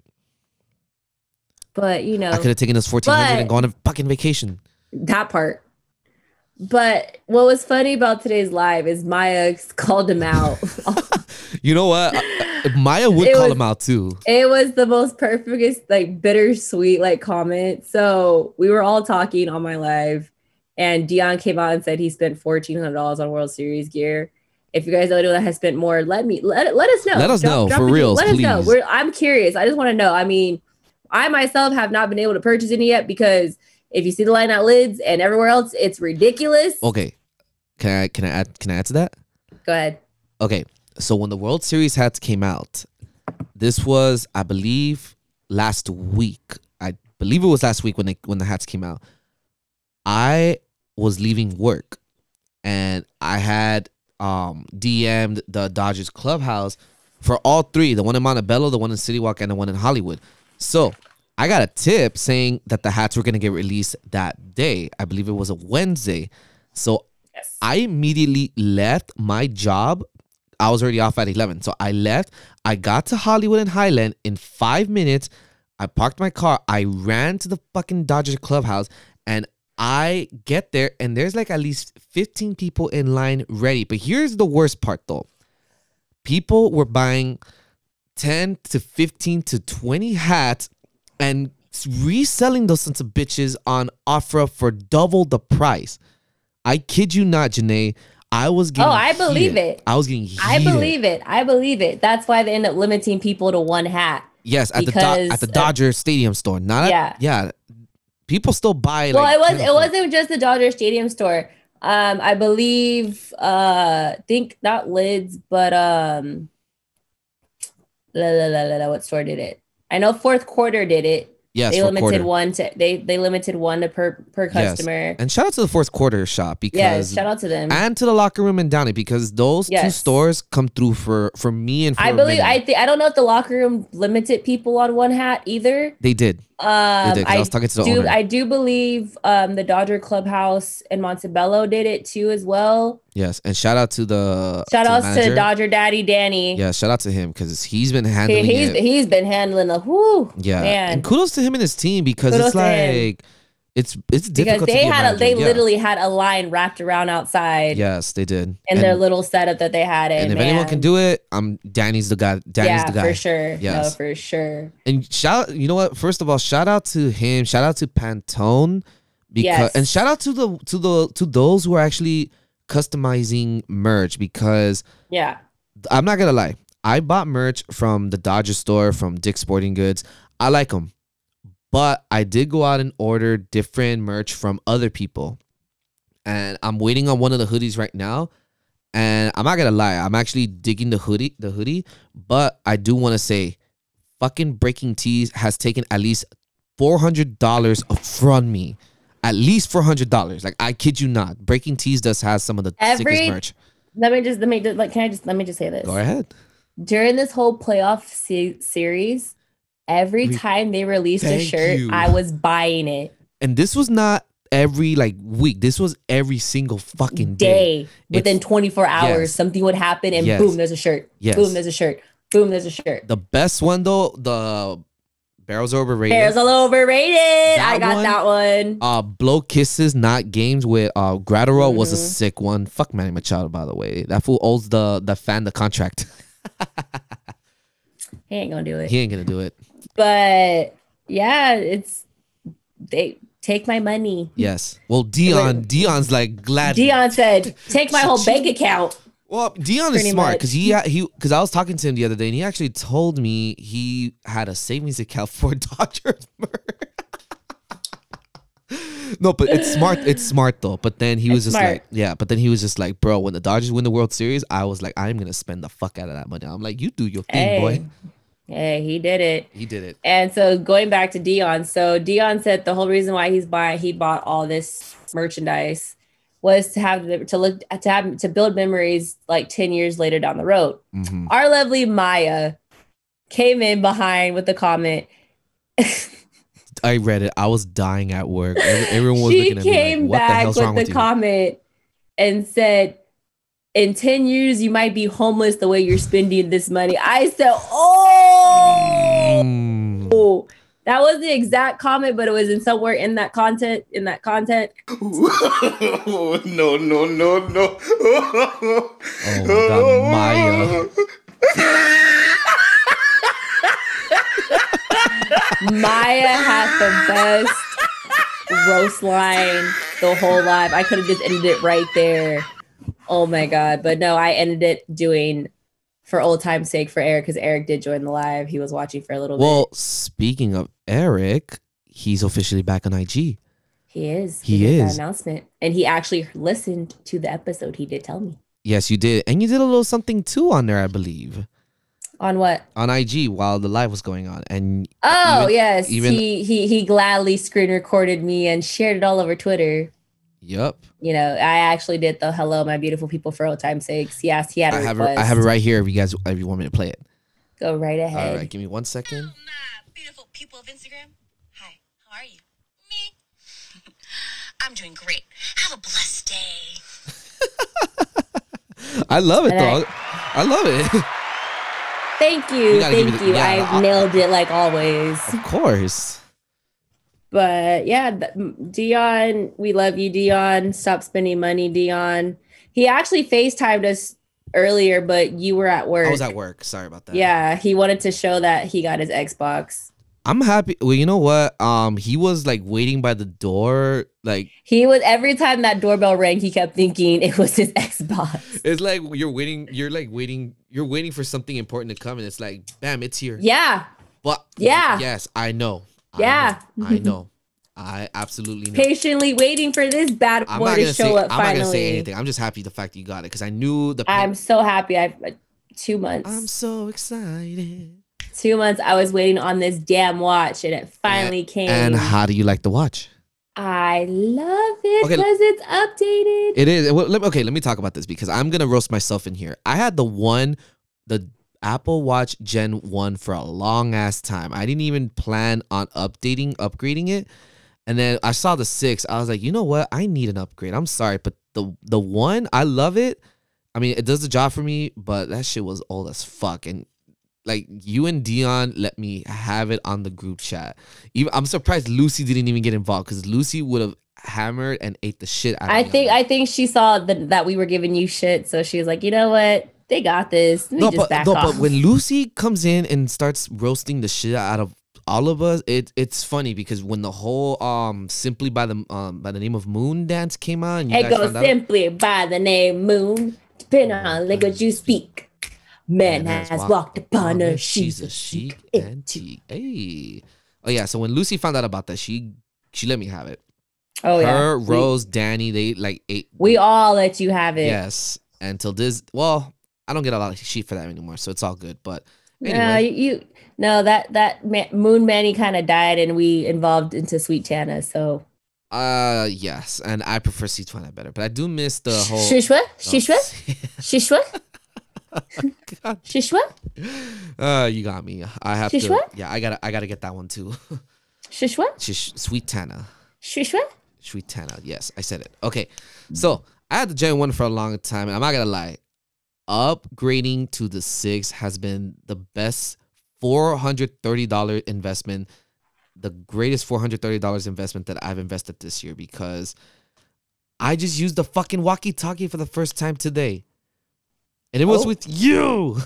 Speaker 8: But you know,
Speaker 9: I could have taken those fourteen hundred and
Speaker 8: But-
Speaker 9: gone on a fucking vacation.
Speaker 8: that part. But what was funny about today's live is Maya called him out.
Speaker 9: You know what? I- I- Maya would
Speaker 8: It
Speaker 9: call
Speaker 8: was-
Speaker 9: him out too.
Speaker 8: it was the most perfectest, like bittersweet, like comment. So we were all talking on my live, and Dion came out and said he spent fourteen hundred dollars on World Series gear. If you guys know anyone that has spent more, let me let, let us know.
Speaker 9: Let us know, for
Speaker 8: a-
Speaker 9: reals,
Speaker 8: Let us know.
Speaker 9: please.
Speaker 8: We're, I'm curious. I just want to know. I mean, I myself have not been able to purchase any yet because if you see the line at lids and everywhere else, it's ridiculous.
Speaker 9: Okay, can I can I add can I add to that?
Speaker 8: Go ahead.
Speaker 9: okay so when the world series hats came out this was i believe last week i believe it was last week when they, when the hats came out i was leaving work and i had um dm'd the dodgers clubhouse for all three the one in montebello the one in city walk and the one in hollywood so i got a tip saying that the hats were going to get released that day i believe it was a wednesday so I immediately left my job. I was already off at 11. So I left. I got to Hollywood and Highland in five minutes. I parked my car. I ran to the fucking Dodgers clubhouse and I get there and there's like at least 15 people in line ready. But here's the worst part though people were buying 10 to 15 to 20 hats and reselling those sons of bitches on Ofra for double the price. I kid you not, Janae. I was getting
Speaker 8: Oh, I believe
Speaker 9: heated.
Speaker 8: it.
Speaker 9: I was getting
Speaker 8: I
Speaker 9: heated.
Speaker 8: believe it. I believe it. That's why they end up limiting people to one hat.
Speaker 9: Yes, at the Do-
Speaker 8: because,
Speaker 9: at the
Speaker 8: uh,
Speaker 9: Dodger Stadium store. Not
Speaker 8: Yeah.
Speaker 9: at, yeah. People still buy
Speaker 8: well,
Speaker 9: like
Speaker 8: it was
Speaker 9: ten
Speaker 8: it
Speaker 9: of them.
Speaker 8: wasn't just the Dodger Stadium store. Um, I believe uh think not lids, but um la, la, la, la, la, what store did it? I know fourth quarter did it.
Speaker 9: yes,
Speaker 8: they
Speaker 9: for
Speaker 8: limited
Speaker 9: quarter.
Speaker 8: one to they they limited one to per per
Speaker 9: Yes.
Speaker 8: customer.
Speaker 9: And shout out to the fourth quarter shop
Speaker 8: Yeah,
Speaker 9: because
Speaker 8: shout out to them.
Speaker 9: and to the locker room and Downey because those two
Speaker 8: Yes.
Speaker 9: stores come through for for me and for
Speaker 8: I believe
Speaker 9: many.
Speaker 8: I think I don't know if the locker room limited people on one hat either.
Speaker 9: they did.
Speaker 8: Um,
Speaker 9: did, 'cause I was talking to the
Speaker 8: do,
Speaker 9: owner.
Speaker 8: I do believe um, the Dodger Clubhouse in Montebello did it too as well.
Speaker 9: Yes, and shout out to the
Speaker 8: Shout
Speaker 9: the
Speaker 8: outs to
Speaker 9: manager.
Speaker 8: Dodger Daddy Danny.
Speaker 9: Yeah, shout out to him because he's been
Speaker 8: He,
Speaker 9: handling
Speaker 8: he's
Speaker 9: it.
Speaker 8: he's been handling a whoo
Speaker 9: yeah,
Speaker 8: man
Speaker 9: and kudos to him and his team because
Speaker 8: Kudos
Speaker 9: it's
Speaker 8: to him.
Speaker 9: like it's it's
Speaker 8: because
Speaker 9: difficult. to
Speaker 8: they
Speaker 9: be a
Speaker 8: had a,
Speaker 9: manager.
Speaker 8: they
Speaker 9: Yeah.
Speaker 8: literally had a line wrapped around outside
Speaker 9: yes they did.
Speaker 8: in
Speaker 9: and,
Speaker 8: their little setup that they had.
Speaker 9: and
Speaker 8: And,
Speaker 9: if anyone can
Speaker 8: man,
Speaker 9: do it, I'm Danny's the guy. Danny's
Speaker 8: yeah,
Speaker 9: the guy.
Speaker 8: for sure, no,
Speaker 9: Yes.
Speaker 8: for sure.
Speaker 9: And shout, you know what? First of all, shout out to him. Shout out to Pantone, because
Speaker 8: Yes.
Speaker 9: and shout out to the to the to those who are actually customizing merch because
Speaker 8: Yeah,
Speaker 9: I'm not gonna lie, I bought merch from the Dodger store from Dick's Sporting Goods. I like them, but I did go out and order different merch from other people, and I'm waiting on one of the hoodies right now. And I'm not gonna lie, I'm actually digging the hoodie, the hoodie. But I do want to say, fucking Breaking Tees has taken at least four hundred dollars from me, at least four hundred dollars. Like I kid you not, Breaking Tees does has some of the
Speaker 8: Every-
Speaker 9: sickest merch.
Speaker 8: let me just let me just, like can I just let me just say this
Speaker 9: Go ahead.
Speaker 8: during this whole playoff se- series. Every
Speaker 9: We-
Speaker 8: time they released a
Speaker 9: Thank
Speaker 8: shirt,
Speaker 9: you.
Speaker 8: I was buying it
Speaker 9: and this was not every like week. This was every single fucking day.
Speaker 8: day. Within
Speaker 9: It's-
Speaker 8: 24 hours,
Speaker 9: yes.
Speaker 8: something would happen, and
Speaker 9: Yes.
Speaker 8: boom, there's a shirt.
Speaker 9: Yes.
Speaker 8: Boom, there's a shirt. Boom, there's a shirt.
Speaker 9: The best one though, the barrels are overrated.
Speaker 8: Bears all overrated. I got
Speaker 9: one-
Speaker 8: that one.
Speaker 9: uh, blow kisses, not games with uh, Gratterall was a
Speaker 8: Mhm.
Speaker 9: sick one. Fuck Manny Machado, by the way. That fool owes the the fan the contract.
Speaker 8: He ain't gonna do it.
Speaker 9: he ain't gonna do it.
Speaker 8: But yeah, it's they take my money.
Speaker 9: Yes. Well, Dion,
Speaker 8: Wait.
Speaker 9: Dion's like glad.
Speaker 8: Dion said, "Take my whole bank account."
Speaker 9: Well, Dion is
Speaker 8: Pretty
Speaker 9: smart
Speaker 8: much.
Speaker 9: because he he because I was talking to him the other day and he actually told me he had a savings account for Dodgers. merch. no, but it's smart. It's smart though. But then he was
Speaker 8: It's
Speaker 9: just
Speaker 8: smart.
Speaker 9: like, yeah. But then he was just like, bro, when the Dodgers win the World Series, I was like, I'm gonna spend the fuck out of that money. I'm like, you do your thing,
Speaker 8: Hey,
Speaker 9: boy.
Speaker 8: hey, he did it.
Speaker 9: He did it.
Speaker 8: And so going back to Dion, so Dion said the whole reason why he's buying, he bought all this merchandise was to have the, to look to have to build memories like 10 years later down the road.
Speaker 9: Mhm.
Speaker 8: Our lovely Maya came in behind with the comment.
Speaker 9: I read it. I was dying at work. Every- Everyone was
Speaker 8: she
Speaker 9: looking at me
Speaker 8: came
Speaker 9: like, "What the
Speaker 8: back
Speaker 9: hell's wrong
Speaker 8: with
Speaker 9: with
Speaker 8: the
Speaker 9: you?"
Speaker 8: comment and said, "In ten years, you might be homeless the way you're spending this money." I said, "Oh,
Speaker 9: Mm.
Speaker 8: that was the exact comment, but it was in somewhere in that content. In that content,
Speaker 1: no, no, no, no. oh
Speaker 9: my God, Maya.
Speaker 8: Maya had the best roast line the whole live. I could have just ended it right there. Oh my god! But no, I ended it doing." For old time's sake, for Eric, because Eric did join the live. He was watching for a little bit.
Speaker 9: Well, speaking of Eric, he's officially back on IG.
Speaker 8: He is.
Speaker 9: He
Speaker 8: did that
Speaker 9: is.
Speaker 8: announcement, and he actually listened to the episode. He did tell me
Speaker 9: Yes, you did, and you did a little something too on there, I believe,
Speaker 8: on what.
Speaker 9: on IG while the live was going on, and
Speaker 8: Oh
Speaker 9: Even-
Speaker 8: yes,
Speaker 9: even-
Speaker 8: he he he gladly screen recorded me and shared it all over Twitter.
Speaker 9: yep,
Speaker 8: You know, I actually did the hello, my beautiful people, for old time's sakes. Yes, he had a
Speaker 9: I have it,
Speaker 8: request.
Speaker 9: I have it right here. If you guys, if you want me to play it,
Speaker 8: Go right
Speaker 9: all
Speaker 8: ahead.
Speaker 9: right, give me one second.
Speaker 14: my beautiful people of Instagram. Hi, how are you? Me. I'm doing great. Have a blessed day.
Speaker 9: I love it
Speaker 8: And
Speaker 9: though. I love it.
Speaker 8: Thank you,
Speaker 9: You gotta give me
Speaker 8: thank
Speaker 9: the-
Speaker 8: you.
Speaker 9: yeah,
Speaker 8: I've
Speaker 9: I'll-
Speaker 8: nailed it like always.
Speaker 9: of course.
Speaker 8: But yeah, th- Dion, we love you, Dion. Stop spending money, Dion. He actually FaceTimed us earlier, but you were at work.
Speaker 9: I was at work. Sorry about that.
Speaker 8: Yeah, he wanted to show that he got his Xbox.
Speaker 9: I'm happy. Well, you know what? Um, he was like waiting by the door. Like
Speaker 8: He was every time that doorbell rang, he kept thinking it was his Xbox.
Speaker 9: it's like you're waiting. You're like waiting. You're waiting for something important to come, and it's like, bam, it's here.
Speaker 8: Yeah,
Speaker 9: But
Speaker 8: Yeah.
Speaker 9: yes, I know. I
Speaker 8: Yeah.
Speaker 9: know, I know. I absolutely know.
Speaker 8: patiently waiting for this bad
Speaker 9: I'm
Speaker 8: boy
Speaker 9: not
Speaker 8: to
Speaker 9: gonna
Speaker 8: show
Speaker 9: say. I'm
Speaker 8: up
Speaker 9: not
Speaker 8: finally.
Speaker 9: gonna say anything. I'm just happy the fact that you got it because I knew the.
Speaker 8: I'm so happy. I've uh, two months.
Speaker 9: I'm so excited.
Speaker 8: two months. I was waiting on this damn watch, and it finally came.
Speaker 9: And how do you like the watch?
Speaker 8: I love it
Speaker 9: Okay, l-
Speaker 8: because it's updated.
Speaker 9: It is. Well, let- okay, let me talk about this because I'm gonna roast myself in here. I had the one, the Apple Watch Gen One for a long ass time. I didn't even plan on updating, upgrading it, and then I saw the six. I was like, you know what? I need an upgrade. I'm sorry, but the the one I love it. I mean, it does the job for me, but that shit was old as fuck and. Like you and Dion let me have it on the group chat. Even, I'm surprised Lucy didn't even get involved because Lucy would have hammered and ate the shit out. of
Speaker 8: I
Speaker 9: me on
Speaker 8: think
Speaker 9: that.
Speaker 8: I think she saw that that we were giving you shit, so she was like, you know what? They got this. Let me
Speaker 9: no,
Speaker 8: just
Speaker 9: but
Speaker 8: back
Speaker 9: no,
Speaker 8: off.
Speaker 9: but when Lucy comes in and starts roasting the shit out of all of us, it it's funny because when the whole um simply by the um by the name of Moon dance came on, you
Speaker 8: It
Speaker 9: guys
Speaker 8: goes
Speaker 9: found out, Oh,
Speaker 8: simply by the name Moon, depending on language you speak. Man has walked upon her, she's a sheep.
Speaker 9: antique. Hey, oh yeah. So when Lucy found out about that, she she let me have it.
Speaker 8: Oh
Speaker 9: Her,
Speaker 8: We-
Speaker 9: Rose, Danny, they like ate.
Speaker 8: We all let you have it.
Speaker 9: yes. Until this, well, I don't get a lot of shit for that anymore, so it's all good. But
Speaker 8: No,
Speaker 9: anyway,
Speaker 8: you, you no that that ma- Moon Manny kind of died, and we involved into Sweet Tana. So
Speaker 9: uh, yes, and I prefer C20 better, but I do miss the whole.
Speaker 8: Shishwa,
Speaker 9: Oh,
Speaker 8: Shishwa, Shishwa,
Speaker 9: God.
Speaker 8: Shishwa,
Speaker 9: Uh, you got me. I have to.
Speaker 8: Shishwa?
Speaker 9: Yeah, I gotta. I gotta get that one too.
Speaker 8: Shishwa,
Speaker 9: Shish, sweet Tana.
Speaker 8: Shishwa.
Speaker 9: Sweet Tana. Yes, I said it. Okay, so I had the Gen One for a long time, and I'm not gonna lie. Upgrading to the six has been the best four hundred thirty dollar investment, the greatest four hundred thirty dollars investment that I've invested this year because I just used the fucking walkie talkie for the first time today, and it was
Speaker 8: Oh.
Speaker 9: with you.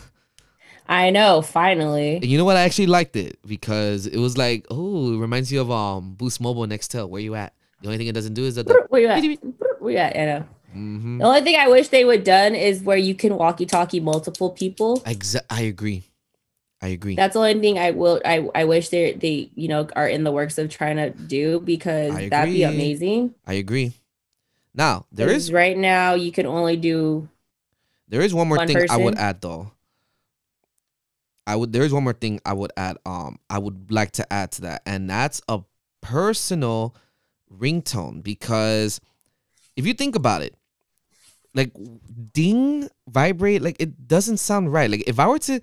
Speaker 8: I know. Finally,
Speaker 9: And you know what? I actually liked it because it was like, oh, it reminds you of um Boost Mobile Nextel. Where you at? The only thing it doesn't do is that. The-
Speaker 8: where you at? Where you at, Anna?
Speaker 9: Mhm.
Speaker 8: The only thing I wish they would done is where you can walkie-talkie multiple people.
Speaker 9: Exa- I agree. I agree.
Speaker 8: That's the only thing I will. I I wish they they you know are in the works of trying to do because
Speaker 9: I
Speaker 8: that'd be
Speaker 9: agree.
Speaker 8: amazing.
Speaker 9: I agree. Now there
Speaker 8: 'Cause
Speaker 9: is
Speaker 8: right now you can only do
Speaker 9: there is one more
Speaker 8: one
Speaker 9: thing I would
Speaker 8: person.
Speaker 9: add though. I would there is one more thing I would add. Um, I would like to add to that, and that's a personal ringtone because If you think about it, like ding, vibrate, like it doesn't sound right. Like if I were to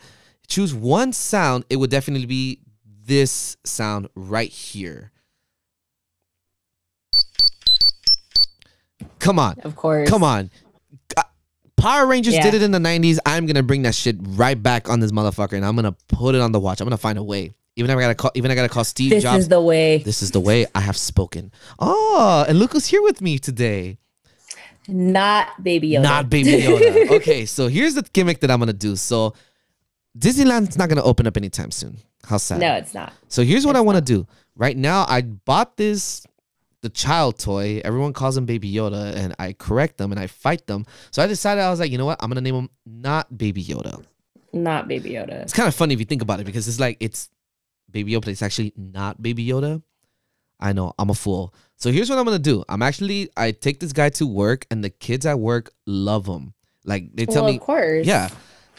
Speaker 9: choose one sound, it would definitely be this sound right here. Come on.
Speaker 8: Of course.
Speaker 9: Come on. Uh, Power Rangers
Speaker 8: Yeah.
Speaker 9: did it in the 90s. I'm going to bring that shit right back on this motherfucker and I'm going to put it on the watch. I'm going to find a way. Even if I got to call even if I got to call Steve
Speaker 8: This
Speaker 9: Jobs.
Speaker 8: is the way.
Speaker 9: this is the way I have spoken. Oh, and look who's here with me today.
Speaker 8: Not Baby Yoda.
Speaker 9: Not Baby Yoda. okay, so here's the gimmick that I'm gonna do. So Disneyland's not gonna open up anytime soon. How sad.
Speaker 8: no, it's not.
Speaker 9: So here's what I want to do. Right now, I bought this the child toy. Everyone calls him Baby Yoda, and I correct them and I fight them. So I decided I was like, you know what? I'm gonna name him not Baby Yoda.
Speaker 8: Not Baby Yoda.
Speaker 9: It's kind of funny if you think about it because it's like it's Baby Yoda, but it's actually not Baby Yoda. I know, I'm a fool. So here's what I'm gonna do. I'm actually I take this guy to work, and the kids at work love him. Like they tell
Speaker 8: well,
Speaker 9: me,
Speaker 8: of course.
Speaker 9: yeah.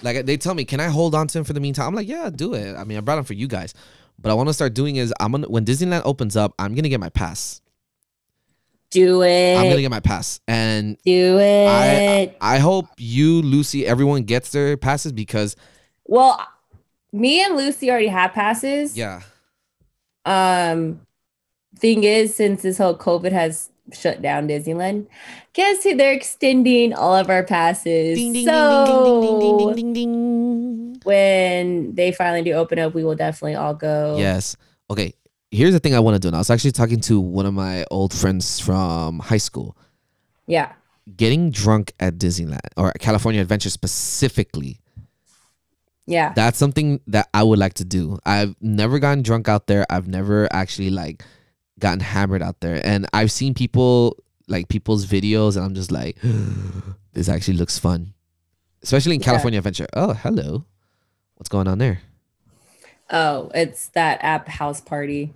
Speaker 9: Like they tell me, can I hold on to him for the meantime? I'm like, yeah, do it. I mean, I brought him for you guys, but I want to start doing is I'm gonna when Disneyland opens up, I'm gonna get my pass.
Speaker 8: Do it.
Speaker 9: I'm gonna get my pass, and
Speaker 8: Do it.
Speaker 9: I I hope you, Lucy, everyone gets their passes because
Speaker 8: well, me and Lucy already had passes.
Speaker 9: yeah,
Speaker 8: Um, thing is, since this whole COVID has shut down Disneyland, guess who they're extending all of our passes. so
Speaker 9: ding ding.
Speaker 8: when they finally do open up, we will definitely all go.
Speaker 9: Yes. Okay. Here's the thing I want to do. And I was actually talking to one of my old friends from high school.
Speaker 8: Yeah.
Speaker 9: Getting drunk at Disneyland or California Adventure specifically
Speaker 8: Yeah.
Speaker 9: that's something that I would like to do. I've never gotten drunk out there. I've never actually like gotten hammered out there. And I've seen people like people's videos and I'm just like this actually looks fun. Especially in California Adventure. Oh, hello. What's going on there?
Speaker 8: Oh, it's that app house party.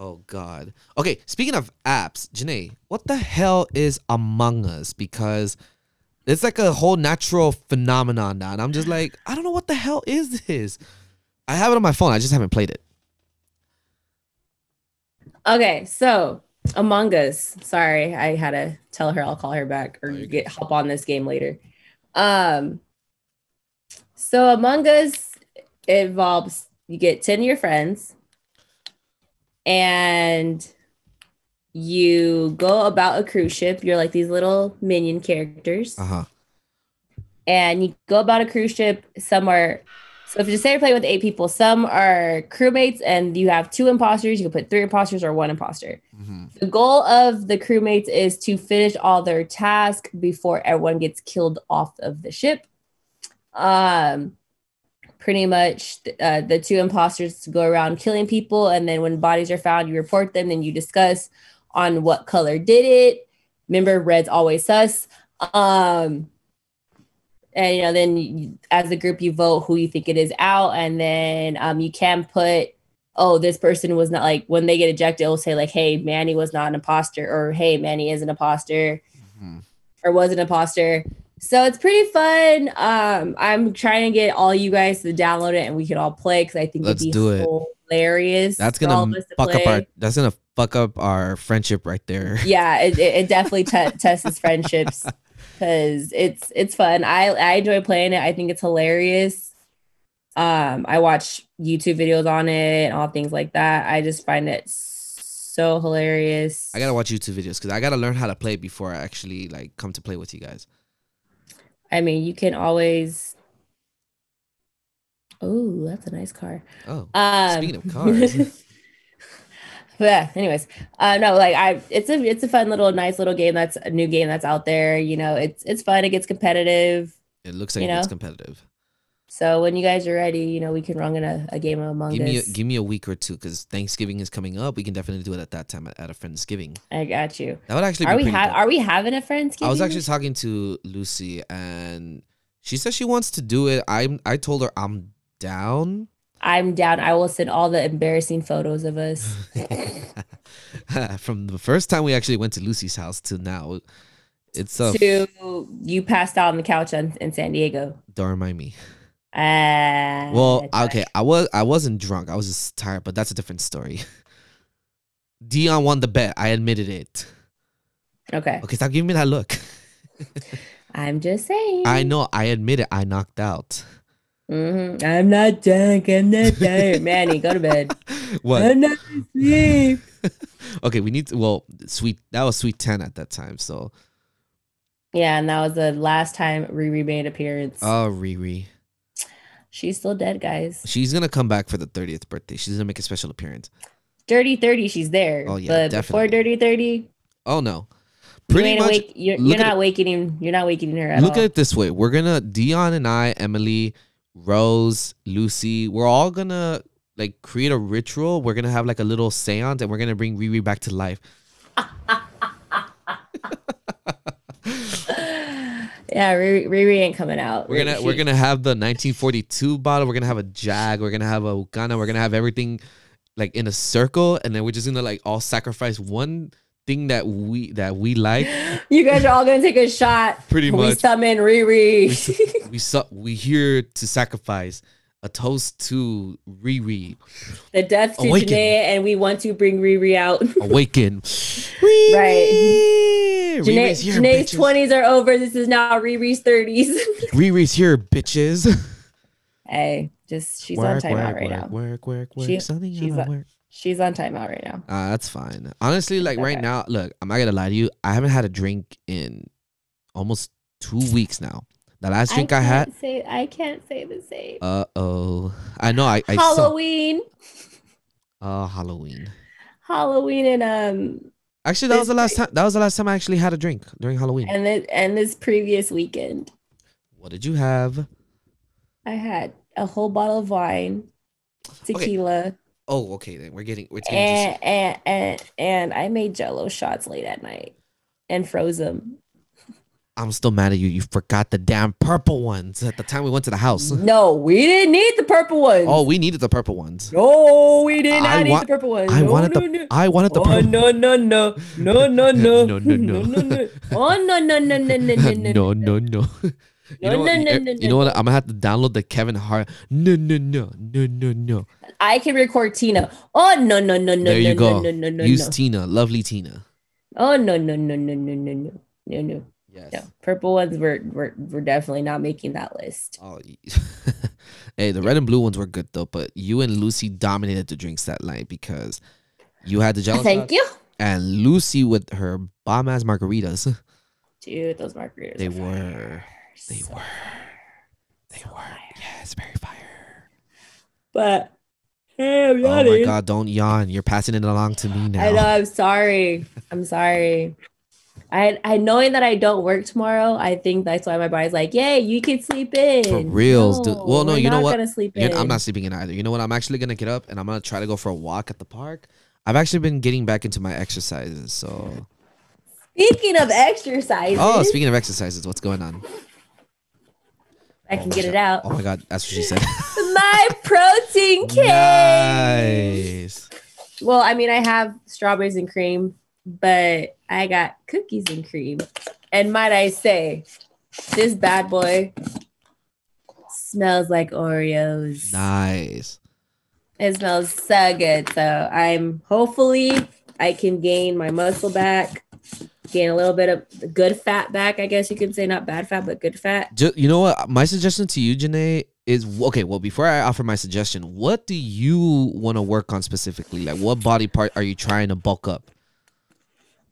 Speaker 9: Oh god. Okay, speaking of apps, Janae, what the hell is Among Us because it's like a whole natural phenomenon now. And I'm just like, I don't know what the hell is this. I have it on my phone. I just haven't played it.
Speaker 8: Okay, so Among Us. Sorry, I had to tell her I'll call her back or you get hop on this game later. Um so Among Us involves you get 10 of your friends and you go about a cruise ship. You're like these little minion characters.
Speaker 9: Uh-huh.
Speaker 8: and you go about a cruise ship. Some are, so if you say you're playing with eight people, some are crewmates, and you have two imposters. You can put three imposters or one imposter.
Speaker 9: Mm-hmm.
Speaker 8: The goal of the crewmates is to finish all their tasks before everyone gets killed off of the ship. Um, pretty much, th- uh, the two imposters go around killing people, and then when bodies are found, you report them. Then you discuss on what color did it. Remember, red's always sus. Um, and you know, then you, as a group, you vote who you think it is out, and then um, you can put oh, this person was not like when they get ejected, it'll say like, hey, Manny was not an imposter, or hey, Manny is an imposter,
Speaker 9: Mhm.
Speaker 8: or was an imposter. So it's pretty fun. Um, I'm trying to get all you guys to download it and we could all play because I think
Speaker 9: Let's
Speaker 8: it'd be
Speaker 9: do it.
Speaker 8: hilarious.
Speaker 9: That's
Speaker 8: for all
Speaker 9: gonna
Speaker 8: of us to
Speaker 9: fuck up
Speaker 8: play.
Speaker 9: our. That's gonna fuck up our friendship right there.
Speaker 8: yeah, it, it, it definitely te- tests friendships because it's it's fun. I I enjoy playing it. I think it's hilarious. Um, I watch YouTube videos on it and all things like that. I just find it so hilarious.
Speaker 9: I gotta watch YouTube videos because I gotta learn how to play before I actually like come to play with you guys.
Speaker 8: I mean, you can always. Oh, that's a nice car.
Speaker 9: Oh,
Speaker 8: Um,
Speaker 9: speaking of cars,
Speaker 8: yeah anyways uh no like i it's a it's a fun little nice little game that's a new game that's out there you know it's it's fun it gets competitive
Speaker 9: it looks like
Speaker 8: you
Speaker 9: it's
Speaker 8: know,
Speaker 9: competitive.
Speaker 8: So when you guys are ready, you know we can run in a, a game of Among
Speaker 9: Give me a,
Speaker 8: Us.
Speaker 9: give me a week or two because Thanksgiving is coming up. We can definitely do it at that time at, at a Friendsgiving.
Speaker 8: I got you.
Speaker 9: That would actually
Speaker 8: Are
Speaker 9: be
Speaker 8: we
Speaker 9: pretty
Speaker 8: ha-
Speaker 9: dope.
Speaker 8: are we having a friendsgiving?
Speaker 9: I was actually talking to Lucy and she says she wants to do it. I I told her I'm down.
Speaker 8: I'm down. I will send all the embarrassing photos of us.
Speaker 9: From the first time we actually went to Lucy's house to now, it's uh,
Speaker 8: to you passed out on the couch on, in San Diego.
Speaker 9: don't remind me.
Speaker 8: Uh,
Speaker 9: Well, okay, I was I wasn't drunk. I was just tired, but that's a different story. Dion won the bet. I admitted it.
Speaker 8: Okay.
Speaker 9: Okay, stop giving me that look.
Speaker 8: I'm just saying.
Speaker 9: I know. I admit it. I knocked out.
Speaker 8: Mhm. I'm not drunk. I'm not tired. Manny, go to bed.
Speaker 9: What?
Speaker 8: I'm not asleep.
Speaker 9: okay, we need to. Well, sweet. That was sweet ten at that time. So,
Speaker 8: Yeah, and that was the last time Riri made appearance.
Speaker 9: oh, Riri,
Speaker 8: She's still dead, guys.
Speaker 9: she's gonna come back for the thirtieth birthday. She's gonna make a special appearance.
Speaker 8: Dirty 30, she's there.
Speaker 9: Oh, yeah,
Speaker 8: but before Dirty 30,
Speaker 9: Oh no,
Speaker 8: you
Speaker 9: pretty
Speaker 8: ain't
Speaker 9: much.
Speaker 8: awake, you're,
Speaker 9: look
Speaker 8: you're
Speaker 9: at
Speaker 8: not waking you're not waking her at
Speaker 9: look
Speaker 8: all.
Speaker 9: at it this way: we're gonna Dion and I, Emily, Rose, Lucy. We're all gonna like create a ritual. We're gonna have like a little séance, and we're gonna bring Riri back to life.
Speaker 8: yeah, Riri, Riri ain't coming out.
Speaker 9: We're gonna
Speaker 8: She-
Speaker 9: we're gonna have the 1942 bottle. We're gonna have a jag. We're gonna have a Ugana. We're gonna have everything like in a circle, and then we're just gonna like all sacrifice one thing that we that we like.
Speaker 8: You guys are all gonna take a shot.
Speaker 9: Pretty
Speaker 8: We
Speaker 9: much,
Speaker 8: summon Riri.
Speaker 9: we su- we here to sacrifice a toast to Riri.
Speaker 8: the death to
Speaker 9: Awaken.
Speaker 8: Janae, and we want to bring Riri out.
Speaker 9: Awaken,
Speaker 8: Right.
Speaker 9: Riri.
Speaker 8: Janae,
Speaker 9: Riri's here,
Speaker 8: Janae's
Speaker 9: bitches.
Speaker 8: twenties are over. This is now Riri's thirties.
Speaker 9: Riri's here, bitches.
Speaker 8: hey, just she's on timeout right now.
Speaker 9: work, work, work, work,
Speaker 8: She-
Speaker 9: Something
Speaker 8: she's
Speaker 9: out of
Speaker 8: a-
Speaker 9: work.
Speaker 8: She's on timeout right now.
Speaker 9: Ah, that's fine. Honestly, like right
Speaker 8: okay.
Speaker 9: now, look, I'm not gonna lie to you. I haven't had a drink in almost two weeks now. The last drink I, had.
Speaker 8: can't Say I can't say the same.
Speaker 9: Uh oh. I know. I, I saw.
Speaker 8: Halloween,
Speaker 9: Uh, Halloween.
Speaker 8: Halloween, and um,
Speaker 9: Actually, that was
Speaker 8: This
Speaker 9: the last time. That was the last time I actually had a drink during Halloween.
Speaker 8: and this and this previous weekend,
Speaker 9: What did you have?
Speaker 8: I had a whole bottle of wine, tequila,
Speaker 9: Oh, okay. Then we're getting. We're getting
Speaker 8: and,
Speaker 9: juicy.
Speaker 8: and and and I made Jello shots late at night and froze them.
Speaker 9: I'm still mad at you. You forgot the damn purple ones at the time we went to the house.
Speaker 8: No, we didn't need the purple ones.
Speaker 9: Oh, we needed the purple ones.
Speaker 8: no, we did not
Speaker 9: I
Speaker 8: need
Speaker 9: wa-
Speaker 8: the purple ones.
Speaker 9: I
Speaker 8: no,
Speaker 9: wanted
Speaker 8: no,
Speaker 9: the.
Speaker 8: no.
Speaker 9: I wanted the
Speaker 8: Oh
Speaker 9: purple.
Speaker 8: no no no no no no
Speaker 9: No, no, no.
Speaker 8: no no oh no no no no no no no
Speaker 9: no, no, no. You
Speaker 8: No,
Speaker 9: know,
Speaker 8: no,
Speaker 9: what,
Speaker 8: no,
Speaker 9: you,
Speaker 8: no,
Speaker 9: you
Speaker 8: no,
Speaker 9: know what? I'm gonna have to download the Kevin Hart. No, no, no, no, no, no.
Speaker 8: I can record Tina oh no no no no
Speaker 9: there
Speaker 8: no
Speaker 9: you go.
Speaker 8: no no no no
Speaker 9: Use
Speaker 8: no
Speaker 9: Tina, lovely Tina.
Speaker 8: oh no no no no no no no no no
Speaker 9: Yes.
Speaker 8: no purple ones were were were definitely not making that list
Speaker 9: Oh, y- hey, the red and blue ones were good though, but you and Lucy dominated the drinks that night because you had the jello
Speaker 8: thank
Speaker 9: shots
Speaker 8: you
Speaker 9: and Lucy with her bomb ass margaritas.
Speaker 8: dude those margaritas
Speaker 9: They
Speaker 8: are fire.
Speaker 9: were, they
Speaker 8: So
Speaker 9: were, they were. Yes, very fire.
Speaker 8: But hey, I'm
Speaker 9: Oh my
Speaker 8: yawning.
Speaker 9: god, don't yawn. You're passing it along to me
Speaker 8: I know.
Speaker 9: now.
Speaker 8: I'm sorry. I'm sorry. I, I knowing that I don't work tomorrow, I think that's why my body's like, "Yay, you can sleep in."
Speaker 9: For reals, dude. Well, no,
Speaker 8: we're
Speaker 9: you know
Speaker 8: not
Speaker 9: what?
Speaker 8: Gonna sleep
Speaker 9: You're-
Speaker 8: in.
Speaker 9: I'm not sleeping in either. You know what? I'm actually gonna get up and I'm gonna try to go for a walk at the park. I've actually been getting back into my exercises. So,
Speaker 8: Speaking of exercises,
Speaker 9: oh, speaking of exercises, what's going on?
Speaker 8: I can
Speaker 9: Oh my
Speaker 8: get it
Speaker 9: God.
Speaker 8: out.
Speaker 9: Oh my god, that's what she said.
Speaker 8: My protein cake.
Speaker 9: nice.
Speaker 8: Well, I mean, I have strawberries and cream, but I got cookies and cream. And might I say, this bad boy smells like Oreos.
Speaker 9: Nice.
Speaker 8: It smells so good. So I'm hopefully I can gain my muscle back, gain a little bit of good fat back. I guess you could say not bad fat, but good fat.
Speaker 9: Ju- you know what? My suggestion to you, Janae, is okay. Well, before I offer my suggestion, what do you want to work on specifically? Like, what body part are you trying to bulk up?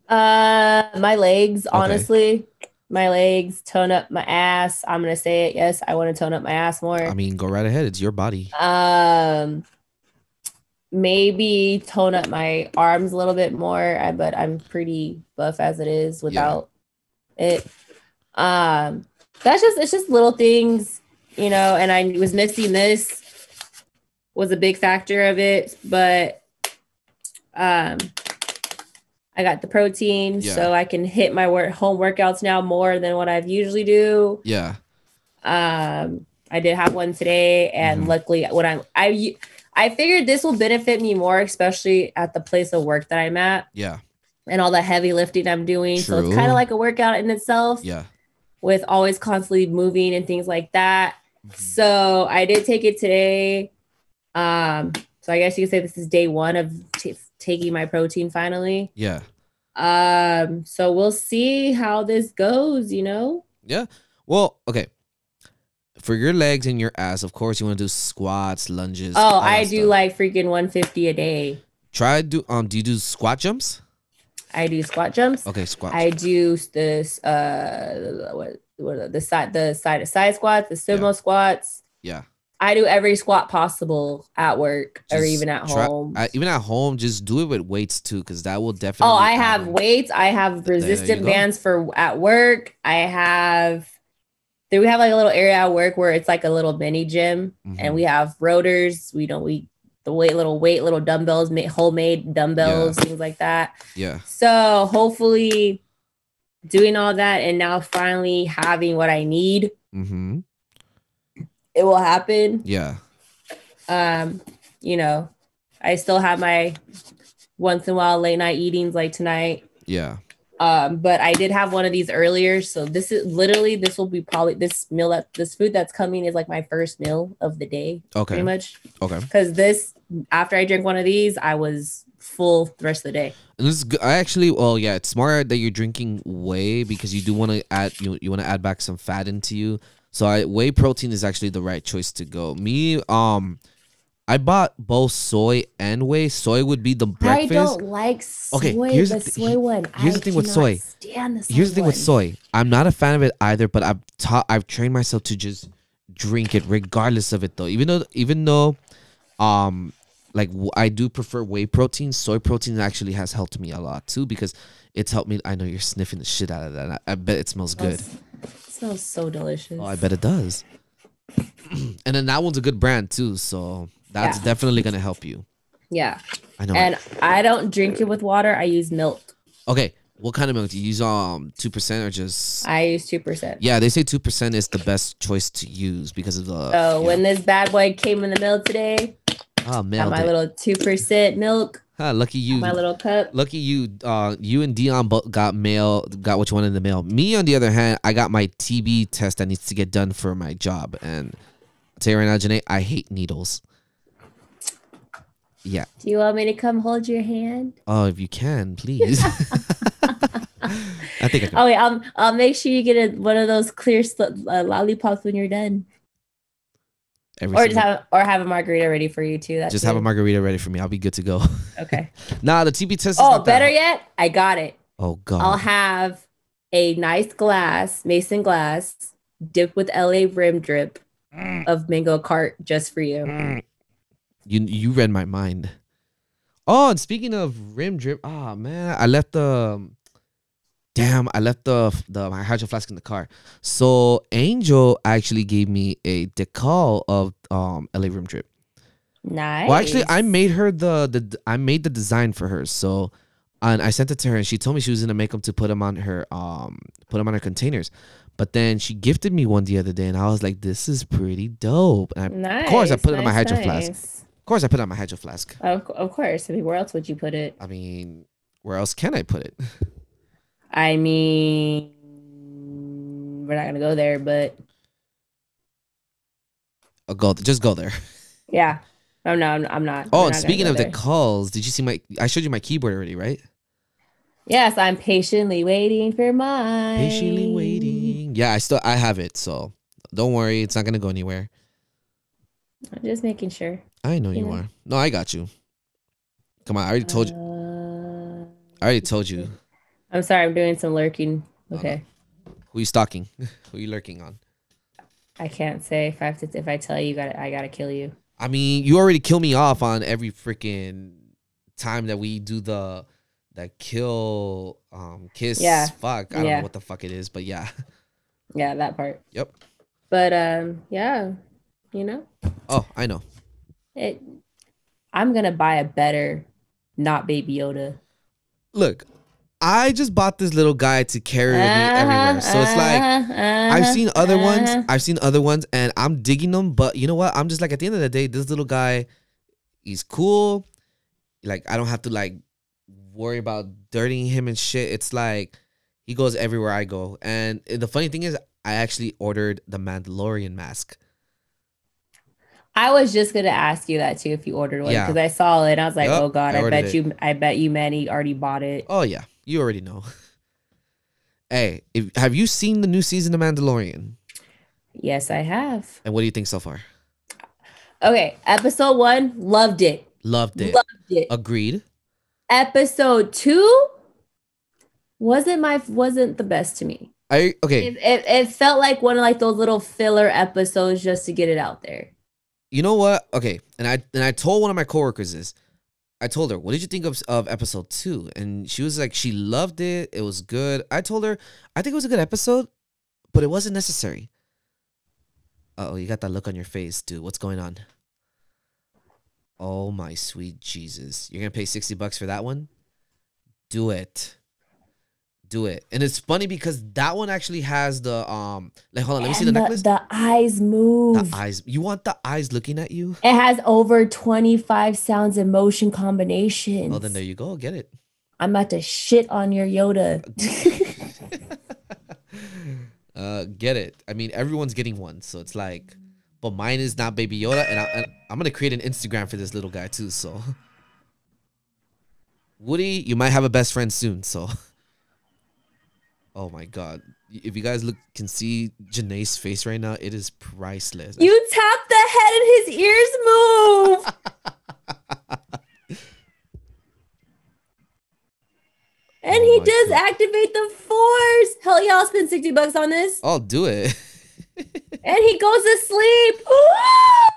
Speaker 8: Uh, my legs, honestly, my legs tone up my ass. I'm gonna say it. Yes, I want to tone up my ass
Speaker 9: I
Speaker 8: more.
Speaker 9: mean, go right ahead. It's your body.
Speaker 8: Um, maybe tone up my arms a little bit more. I but I'm pretty buff as it is without it. Um, that's just it's just little things, you know. And I was missing this was a big factor of it, but um, I got the protein,
Speaker 9: Yeah.
Speaker 8: so I can hit my work home workouts now more than what I've usually do
Speaker 9: Yeah.
Speaker 8: um i did have one today and
Speaker 9: Mhm.
Speaker 8: luckily when i'm i i figured this will benefit me more especially at the place of work that i'm at
Speaker 9: Yeah.
Speaker 8: and all the heavy lifting i'm doing so it's
Speaker 9: True.
Speaker 8: kind of like a workout in itself
Speaker 9: Yeah.
Speaker 8: with always constantly moving and things like that
Speaker 9: Mm-hmm.
Speaker 8: so i did take it today um so i guess you could say this is day one of t- taking my protein finally
Speaker 9: Yeah.
Speaker 8: Um, so we'll see how this goes, you know?
Speaker 9: Yeah. Well, okay. For your legs and your ass, of course, you want to do squats, lunges.
Speaker 8: Oh,
Speaker 9: all that
Speaker 8: I do
Speaker 9: stuff.
Speaker 8: like freaking 150 a day.
Speaker 9: Try do um. Do you do squat jumps?
Speaker 8: I do squat jumps.
Speaker 9: Okay, squat.
Speaker 8: I do this uh what, what are the side the side to side squats, the sumo
Speaker 9: Yeah.
Speaker 8: squats.
Speaker 9: yeah.
Speaker 8: I do every squat possible at work or
Speaker 9: Just
Speaker 8: even at
Speaker 9: try-
Speaker 8: home.
Speaker 9: I- even at home, just do it with weights too, because that will definitely.
Speaker 8: oh, I
Speaker 9: add
Speaker 8: have
Speaker 9: on.
Speaker 8: weights. I have
Speaker 9: There you
Speaker 8: resistant
Speaker 9: go.
Speaker 8: bands for at work. I have. Do we have like a little area at work where it's like a little mini gym,
Speaker 9: Mhm.
Speaker 8: and we have rotors. We don't we the weight little weight little dumbbells, ma- homemade dumbbells, things like that.
Speaker 9: Yeah.
Speaker 8: So hopefully, doing all that and now finally having what I need,
Speaker 9: Mm-hmm.
Speaker 8: it will happen.
Speaker 9: Yeah.
Speaker 8: um you know i still have my once in a while late night eatings like tonight
Speaker 9: Yeah.
Speaker 8: um but i did have one of these earlier so this is literally this will be probably this meal that this food that's coming is like my first meal of the day
Speaker 9: Okay.
Speaker 8: pretty much
Speaker 9: Okay.
Speaker 8: because this after i drink one of these i was full the rest of the day
Speaker 9: And this is good. I actually, well, yeah, it's smart that you're drinking whey because you do want to add you you want to add back some fat into you. So I whey protein is actually the right choice to go. Me, um, I bought both soy and whey. Soy woy would be the breakfast.
Speaker 8: like
Speaker 9: Okay, soy, here's the the thi- soy
Speaker 8: one
Speaker 9: here's the thing with cannot soy.
Speaker 8: stand the
Speaker 9: Here's the thing with soy. I'm not a fan of it either, but I've taught I've trained myself to just drink it regardless of it though. Even though even though um like w- I do prefer whey protein, soy protein actually has helped me a lot too because it's helped me I know you're sniffing the shit out of that. and I, I bet it smells good.
Speaker 8: smells so delicious
Speaker 9: Oh, I bet it does. and then that one's a good brand too, so that's
Speaker 8: Yeah.
Speaker 9: definitely going to help you.
Speaker 8: yeah
Speaker 9: I know. it.
Speaker 8: and i don't drink it with water i use milk
Speaker 9: okay, what kind of milk do you use um 2% or just
Speaker 8: I use two percent.
Speaker 9: Yeah, they say two percent is the best choice to use because of the. oh,
Speaker 8: So
Speaker 9: yeah.
Speaker 8: when this bad boy came in the mail today,
Speaker 9: oh,
Speaker 8: Oh, got
Speaker 9: nailed
Speaker 8: my
Speaker 9: it. Mm.
Speaker 8: little two percent milk,
Speaker 9: Huh, lucky you.
Speaker 8: my little cup.
Speaker 9: Lucky you. Uh, you and Dion bo- got mail. Got what you wanted in the mail. Me, on the other hand, I got my TB test that needs to get done for my job. And I'll tell you right now, Janae, I hate needles. Yeah.
Speaker 8: Do you want me to come hold your hand?
Speaker 9: Oh, if you can, please. I think I can.
Speaker 8: Oh wait, I'll I'll make sure you get a, one of those clear sl- uh, lollipops when you're done,
Speaker 9: Every
Speaker 8: or just
Speaker 9: single-
Speaker 8: have or have a margarita ready for you too. That's
Speaker 9: just have a
Speaker 8: good.
Speaker 9: margarita ready for me. I'll be good to go.
Speaker 8: Okay.
Speaker 9: nah, the TB test. Is
Speaker 8: Oh,
Speaker 9: not that
Speaker 8: better
Speaker 9: hard.
Speaker 8: yet, I got it.
Speaker 9: Oh God.
Speaker 8: I'll have a nice glass, mason glass, dipped with LA rim drip
Speaker 9: Mm.
Speaker 8: of mango cart just for you.
Speaker 9: You you read my mind. Oh, and speaking of rim drip, ah man, I left the damn, I left the the my hydro flask in the car. So Angel actually gave me a decal of um LA rim drip.
Speaker 8: Nice.
Speaker 9: Well, actually, I made her the the I made the design for her. So, and I sent it to her, and she told me she was gonna make them to put them on her um put them on her containers. But then she gifted me one the other day, and I was like, "This is pretty dope." And I, of course, I
Speaker 8: Nice,
Speaker 9: put it on my
Speaker 8: nice,
Speaker 9: hydro flask.
Speaker 8: nice.
Speaker 9: Of course, I put it on my hydro flask.
Speaker 8: Of, of course. I mean, where else would you put it?
Speaker 9: I mean, where else can I put it?
Speaker 8: I mean, we're not gonna go there, but
Speaker 9: I'll go, just go there.
Speaker 8: yeah, I'm not. I'm, I'm not.
Speaker 9: Oh,
Speaker 8: We're
Speaker 9: and
Speaker 8: not gonna
Speaker 9: speaking
Speaker 8: go
Speaker 9: of the
Speaker 8: there.
Speaker 9: calls, did you see my? I showed you my keyboard already, right?
Speaker 8: yes, I'm patiently waiting for mine.
Speaker 9: Patiently waiting. Yeah, I still I have it, so don't worry, it's not gonna go anywhere.
Speaker 8: I'm just making sure.
Speaker 9: I know you
Speaker 8: Yeah.
Speaker 9: are. No, I got you. Come on, I already told you.
Speaker 8: Uh,
Speaker 9: I already told you.
Speaker 8: I'm sorry. I'm doing some lurking.
Speaker 9: Oh, no.
Speaker 8: Okay,
Speaker 9: Who you stalking? Who you lurking on?
Speaker 8: I can't say if I have to. If I tell you, got to I gotta kill you.
Speaker 9: I mean, you already kill me off on every freaking time that we do the the kill um kiss
Speaker 8: Yeah.
Speaker 9: fuck. I don't
Speaker 8: Yeah.
Speaker 9: know what the fuck it is, but yeah.
Speaker 8: Yeah, that part.
Speaker 9: Yep.
Speaker 8: But um, yeah, you know.
Speaker 9: Oh, I know.
Speaker 8: It, I'm gonna buy a better, not Baby Yoda.
Speaker 9: Look, I just bought this little guy to carry with me everywhere. So it's like
Speaker 8: Uh-huh,
Speaker 9: I've seen other ones. I've seen other ones, and I'm digging them. But you know what? I'm just like at the end of the day, this little guy, he's cool. Like I don't have to like worry about dirtying him and shit. It's like he goes everywhere I go. And the funny thing is, I actually ordered the Mandalorian mask.
Speaker 8: I was just gonna ask you that too if you ordered one
Speaker 9: Yeah.
Speaker 8: because I saw it. and I was like,
Speaker 9: Yup,
Speaker 8: oh god,
Speaker 9: I
Speaker 8: I,
Speaker 9: ordered
Speaker 8: bet
Speaker 9: it.
Speaker 8: you, I bet you, Manny already bought it.
Speaker 9: Oh yeah, You already know. hey, if, have you seen the new season of Mandalorian?
Speaker 8: Yes, I have.
Speaker 9: And what do you think so far?
Speaker 8: Okay, episode one, loved it.
Speaker 9: Loved it.
Speaker 8: Loved it.
Speaker 9: Agreed.
Speaker 8: Episode two wasn't my wasn't the best to me.
Speaker 9: I okay.
Speaker 8: It, it, it felt like one of like those little filler episodes just to get it out there.
Speaker 9: You know what? Okay, and I and I told one of my coworkers this. I told her, "What did you think of of episode 2?" And she was like, "She loved it. It was good." I told her, "I think it was a good episode, but it wasn't necessary." Oh, you got that look on your face, dude. What's going on? Oh my sweet Jesus. You're going to pay 60 bucks for that one? Do it. Do it. And it's funny because that one actually has the um like hold on, let me see the,
Speaker 8: And
Speaker 9: necklace.
Speaker 8: The eyes move.
Speaker 9: the eyes. You want the eyes looking at you?
Speaker 8: it has over 25 sounds and motion combinations.
Speaker 9: Oh, then there you go. Get it.
Speaker 8: I'm about to shit on your Yoda.
Speaker 9: uh, get it. I mean, everyone's getting one, so it's like, but mine is not Baby Yoda, and, I, and I'm gonna create an Instagram for this little guy too. So, Woody, you might have a best friend soon. So, oh my God, if you guys look can see Janae's face right now, it is priceless.
Speaker 8: you tap the head and his ears move. and
Speaker 9: Oh
Speaker 8: he
Speaker 9: my
Speaker 8: does
Speaker 9: goodness.
Speaker 8: activate the force. Hell yeah, I'll spend 60 bucks on this.
Speaker 9: I'll do it.
Speaker 8: And he goes to sleep. Ooh!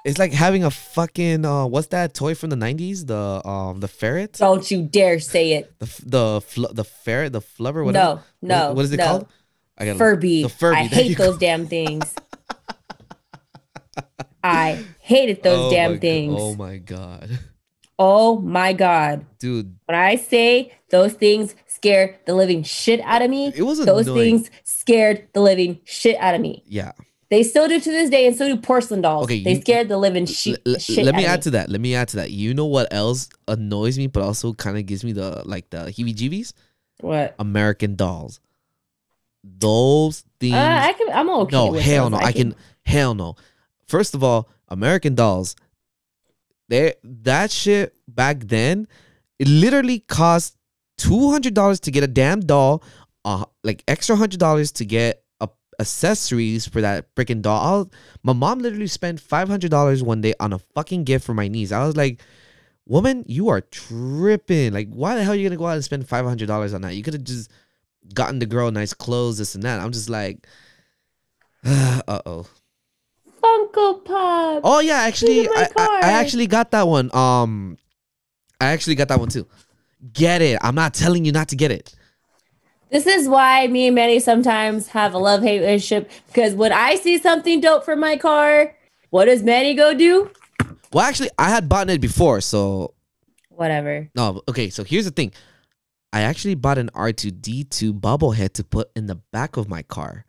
Speaker 9: It's like having a fucking uh, what's that toy from the '90s? The um, the ferret.
Speaker 8: Don't you dare say it.
Speaker 9: The f- the fl- the ferret, the flubber, whatever.
Speaker 8: No,
Speaker 9: What-
Speaker 8: no,
Speaker 9: What is it
Speaker 8: no.
Speaker 9: called? I got
Speaker 8: Furby.
Speaker 9: The Furby.
Speaker 8: I
Speaker 9: there you
Speaker 8: hate
Speaker 9: go.
Speaker 8: those damn things. I hated those
Speaker 9: Oh my
Speaker 8: damn
Speaker 9: go-
Speaker 8: things.
Speaker 9: oh my god,
Speaker 8: oh my god.
Speaker 9: dude!
Speaker 8: When I say those things scare the living shit out of me,
Speaker 9: It was
Speaker 8: those
Speaker 9: annoying.
Speaker 8: things scared the living shit out of me.
Speaker 9: Yeah.
Speaker 8: They still do to this day, and so do porcelain dolls.
Speaker 9: Okay,
Speaker 8: they
Speaker 9: you-
Speaker 8: scared the living shi-
Speaker 9: L- l-
Speaker 8: shit.
Speaker 9: let me
Speaker 8: out
Speaker 9: add
Speaker 8: of
Speaker 9: to that. Let me add to that. You know what else annoys me, but also kind of gives me the like the heebie-jeebies?
Speaker 8: what.
Speaker 9: American dolls. Those things.
Speaker 8: Uh, I can. I'm okay.
Speaker 9: no,
Speaker 8: with
Speaker 9: hell
Speaker 8: those.
Speaker 9: no. I can, Hell no. First of all, American dolls. They that shit back then, it literally cost two hundred dollars to get a damn doll, uh, like extra hundred dollars to get a, accessories for that freaking doll. I was- my mom literally spent five hundred dollars one day on a fucking gift for my niece. I was like, "Woman, you are tripping! Like, why the hell are you gonna go out and spend five hundred dollars on that? You could have just gotten the girl nice clothes, this and that." I'm just like, "Uh oh."
Speaker 8: Funko Pop.
Speaker 9: Oh yeah, actually,
Speaker 8: at my
Speaker 9: I, I, I
Speaker 8: card.
Speaker 9: actually got that one. Um, I actually got that one too. Get it? I'm not telling you not to get it.
Speaker 8: This is why me and Manny sometimes have a love hate relationship because when I see something dope for my car, what does Manny go do?
Speaker 9: Well, actually, I had bought it before, so
Speaker 8: Whatever.
Speaker 9: no. Okay, so here's the thing. I actually bought an R2D2 bobblehead to put in the back of my car,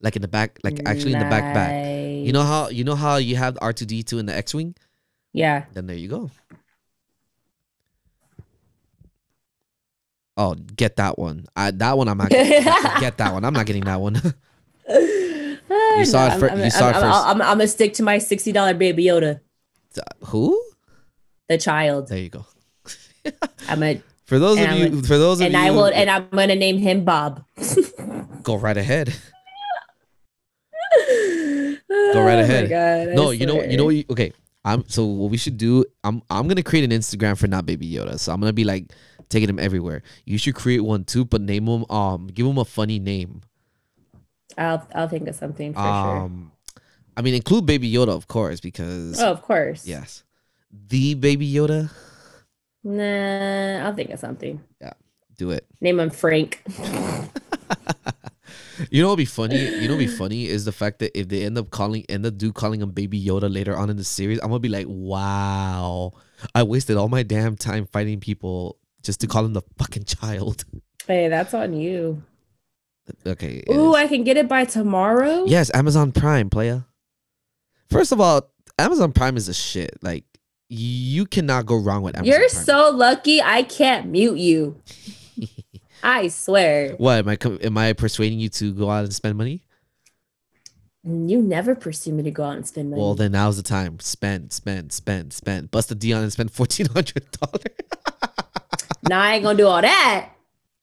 Speaker 9: like in the back, like actually in the back back. You know how you know how you have R2D2 in the X-wing?
Speaker 8: Yeah.
Speaker 9: Then there you go. Oh, get that one. I that one I'm not get that one. I'm not getting that one.
Speaker 8: you
Speaker 9: saw it fir- you saw it
Speaker 8: I'm,
Speaker 9: first.
Speaker 8: I'm, I'm gonna stick to my sixty dollar baby Yoda,
Speaker 9: Who?
Speaker 8: the child.
Speaker 9: There you go.
Speaker 8: I'm a
Speaker 9: For those
Speaker 8: And
Speaker 9: of
Speaker 8: I
Speaker 9: you,
Speaker 8: would-
Speaker 9: for those of
Speaker 8: and
Speaker 9: you,
Speaker 8: I will and I'm gonna name him Bob.
Speaker 9: go right ahead.
Speaker 8: Go
Speaker 9: right ahead. no, you know what? You know what? You, okay, I'm. So what we should do? I'm. I'm gonna create an Instagram for not Baby Yoda. So I'm gonna be like taking him everywhere. You should create one too, but name him. Um, give him a funny name.
Speaker 8: I'll I'll think of something for sure.
Speaker 9: um, I mean, include Baby Yoda, of course, because
Speaker 8: Oh, of course.
Speaker 9: yes, the Baby Yoda.
Speaker 8: Nah, I'll think of something.
Speaker 9: Do it.
Speaker 8: Name him Frank.
Speaker 9: You know what'd be funny? You know what'd be funny is the fact that if they end up calling end up do calling him baby Yoda later on in the series, I'm gonna be like, wow. I wasted all my damn time fighting people just to call him the fucking child.
Speaker 8: Hey, that's on you.
Speaker 9: Okay. it
Speaker 8: Ooh,
Speaker 9: is.
Speaker 8: I can get it by tomorrow.
Speaker 9: yes, Amazon Prime, playa. First of all, Amazon Prime is a shit. Like you cannot go wrong with Amazon
Speaker 8: You're
Speaker 9: Prime.
Speaker 8: so lucky I can't mute you. I swear.
Speaker 9: what am I com- am I persuading you to go out and spend money?
Speaker 8: You never pursue me to go out and spend money.
Speaker 9: Well then now's the time. Spend, spend, spend, spend. Bust a Dion and spend fourteen hundred dollars.
Speaker 8: now I ain't gonna do all that.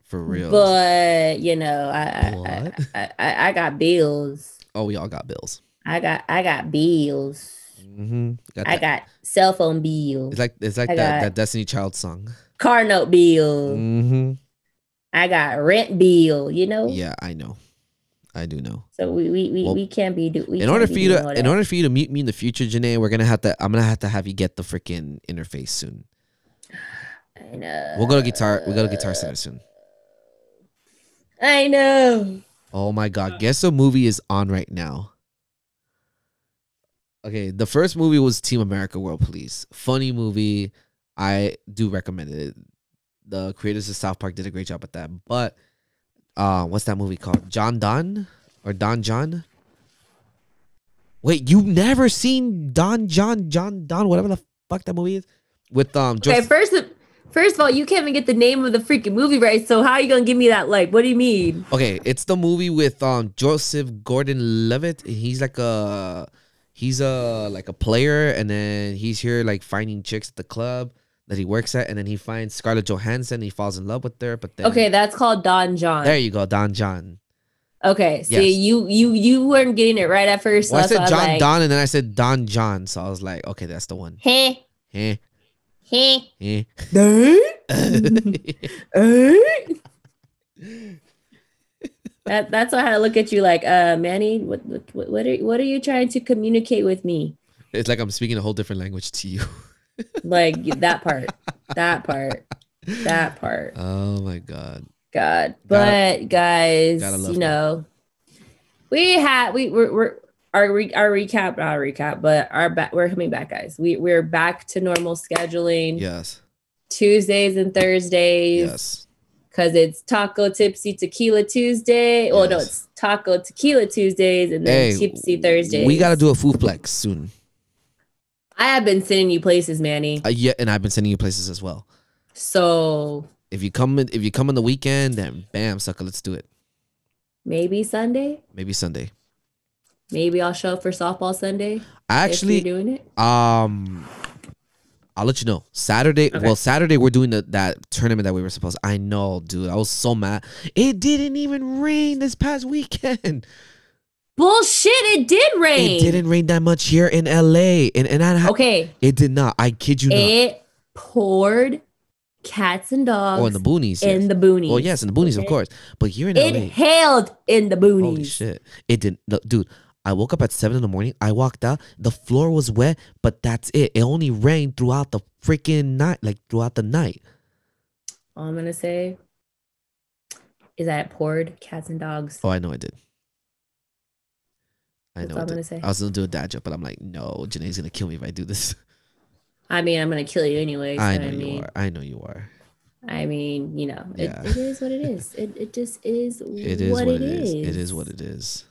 Speaker 9: For real.
Speaker 8: But you know, I
Speaker 9: What?
Speaker 8: I, I, I I got bills.
Speaker 9: oh, we all got bills.
Speaker 8: I got I got bills.
Speaker 9: Mm-hmm. Got
Speaker 8: I
Speaker 9: that.
Speaker 8: got cell phone bills,
Speaker 9: It's like it's like
Speaker 8: I
Speaker 9: that,
Speaker 8: got-
Speaker 9: that Destiny Child song.
Speaker 8: car note bills.
Speaker 9: Mm-hmm.
Speaker 8: I got rent bill. You know.
Speaker 9: Yeah, I know. I do know.
Speaker 8: So we we we,
Speaker 9: Well,
Speaker 8: we can't be do. We
Speaker 9: in
Speaker 8: can't
Speaker 9: order
Speaker 8: be
Speaker 9: for you
Speaker 8: doing
Speaker 9: to
Speaker 8: all
Speaker 9: in
Speaker 8: that.
Speaker 9: order for you to mute me in the future, Janae, we're gonna have to I'm gonna have to have you get the freaking interface soon.
Speaker 8: I know.
Speaker 9: We'll go to guitar we'll go to guitar center soon.
Speaker 8: I know.
Speaker 9: Oh my god, guess what movie is on right now? Okay, the first movie was Team America World Police. Funny movie. I do recommend it. The creators of South Park did a great job with that. But uh what's that movie called? John Don or Don John? Wait, you've never seen Don John John Don whatever the fuck that movie is with um
Speaker 8: Okay,
Speaker 9: Joseph-
Speaker 8: first of first of all, you can't even get the name of the freaking movie right. So how you gonna give me that? Like, what do you mean?
Speaker 9: Okay, it's the movie with um Joseph Gordon-Levitt. He's like a he's a like a player, and then he's here like finding chicks at the club that he works at, and then he finds Scarlett Johansson. he falls in love with her, but then
Speaker 8: Okay, that's called Don John.
Speaker 9: there you go, Don John.
Speaker 8: Okay, see,
Speaker 9: Yes.
Speaker 8: you you you weren't getting it right at first.
Speaker 9: Well, I
Speaker 8: that's why I'm
Speaker 9: said John
Speaker 8: like,
Speaker 9: Don, and then I said Don John, so I was like, okay, that's the one.
Speaker 8: Heh,
Speaker 9: Eh,
Speaker 8: heh,
Speaker 9: eh.
Speaker 8: that, that's why I had to look at you like, uh, Manny, what what what are what are you trying to communicate with me?
Speaker 9: it's like I'm speaking a whole different language to you.
Speaker 8: Like that part, that part, that part.
Speaker 9: Oh my god.
Speaker 8: God,
Speaker 9: Gotta-
Speaker 8: but guys,
Speaker 9: gotta love
Speaker 8: you
Speaker 9: that.
Speaker 8: know, we had we we're, we're our re, our recap not our recap, but our back we're coming back, guys. We we're back to normal scheduling
Speaker 9: Yes.
Speaker 8: Tuesdays and Thursdays
Speaker 9: Yes.
Speaker 8: because it's Taco Tipsy Tequila Tuesday. Oh no,
Speaker 9: Yes.
Speaker 8: it's Taco Tequila Tuesdays and then Tipsy Thursdays.
Speaker 9: We gotta do a food flex soon.
Speaker 8: I have been sending you places, Manny.
Speaker 9: Uh, yeah, and I've been sending you places as well.
Speaker 8: So
Speaker 9: If you come in, if you come on the weekend, then bam, sucker, let's do it.
Speaker 8: maybe Sunday,
Speaker 9: Maybe Sunday.
Speaker 8: maybe I'll show up for softball Sunday.
Speaker 9: I
Speaker 8: if
Speaker 9: actually,
Speaker 8: you're doing it.
Speaker 9: um, I'll let you know. Saturday,
Speaker 8: Okay.
Speaker 9: well, Saturday we're doing the, that tournament that we were supposed. I know, dude. I was so mad. It didn't even rain this past weekend.
Speaker 8: Bullshit! It did rain.
Speaker 9: It didn't rain that much here in LA, and and I,
Speaker 8: Okay,
Speaker 9: it did not. I kid you not.
Speaker 8: it poured cats and dogs
Speaker 9: Oh, in the boonies. yes.
Speaker 8: in the boonies.
Speaker 9: Well, yes, in the boonies, of course. But here in
Speaker 8: It
Speaker 9: LA,
Speaker 8: hailed in the boonies.
Speaker 9: Holy shit. It didn't, look, dude. I woke up at seven in the morning. I walked out. The floor was wet, but that's it. It only rained throughout the freaking night, like throughout the night.
Speaker 8: All I'm gonna say is that it poured cats and dogs.
Speaker 9: Oh, I know I did. I
Speaker 8: That's
Speaker 9: know.
Speaker 8: all
Speaker 9: I,
Speaker 8: I'm
Speaker 9: did.
Speaker 8: gonna say.
Speaker 9: I was gonna do a dad joke, but I'm like, no, Janae's gonna kill me if I do this.
Speaker 8: I mean, I'm gonna kill you anyway. So
Speaker 9: I
Speaker 8: I,
Speaker 9: know
Speaker 8: mean,
Speaker 9: you are. I know you are.
Speaker 8: I mean, you know, it,
Speaker 9: Yeah.
Speaker 8: it is what it is. It it just is.
Speaker 9: It is
Speaker 8: what,
Speaker 9: what, it is. It is what it is.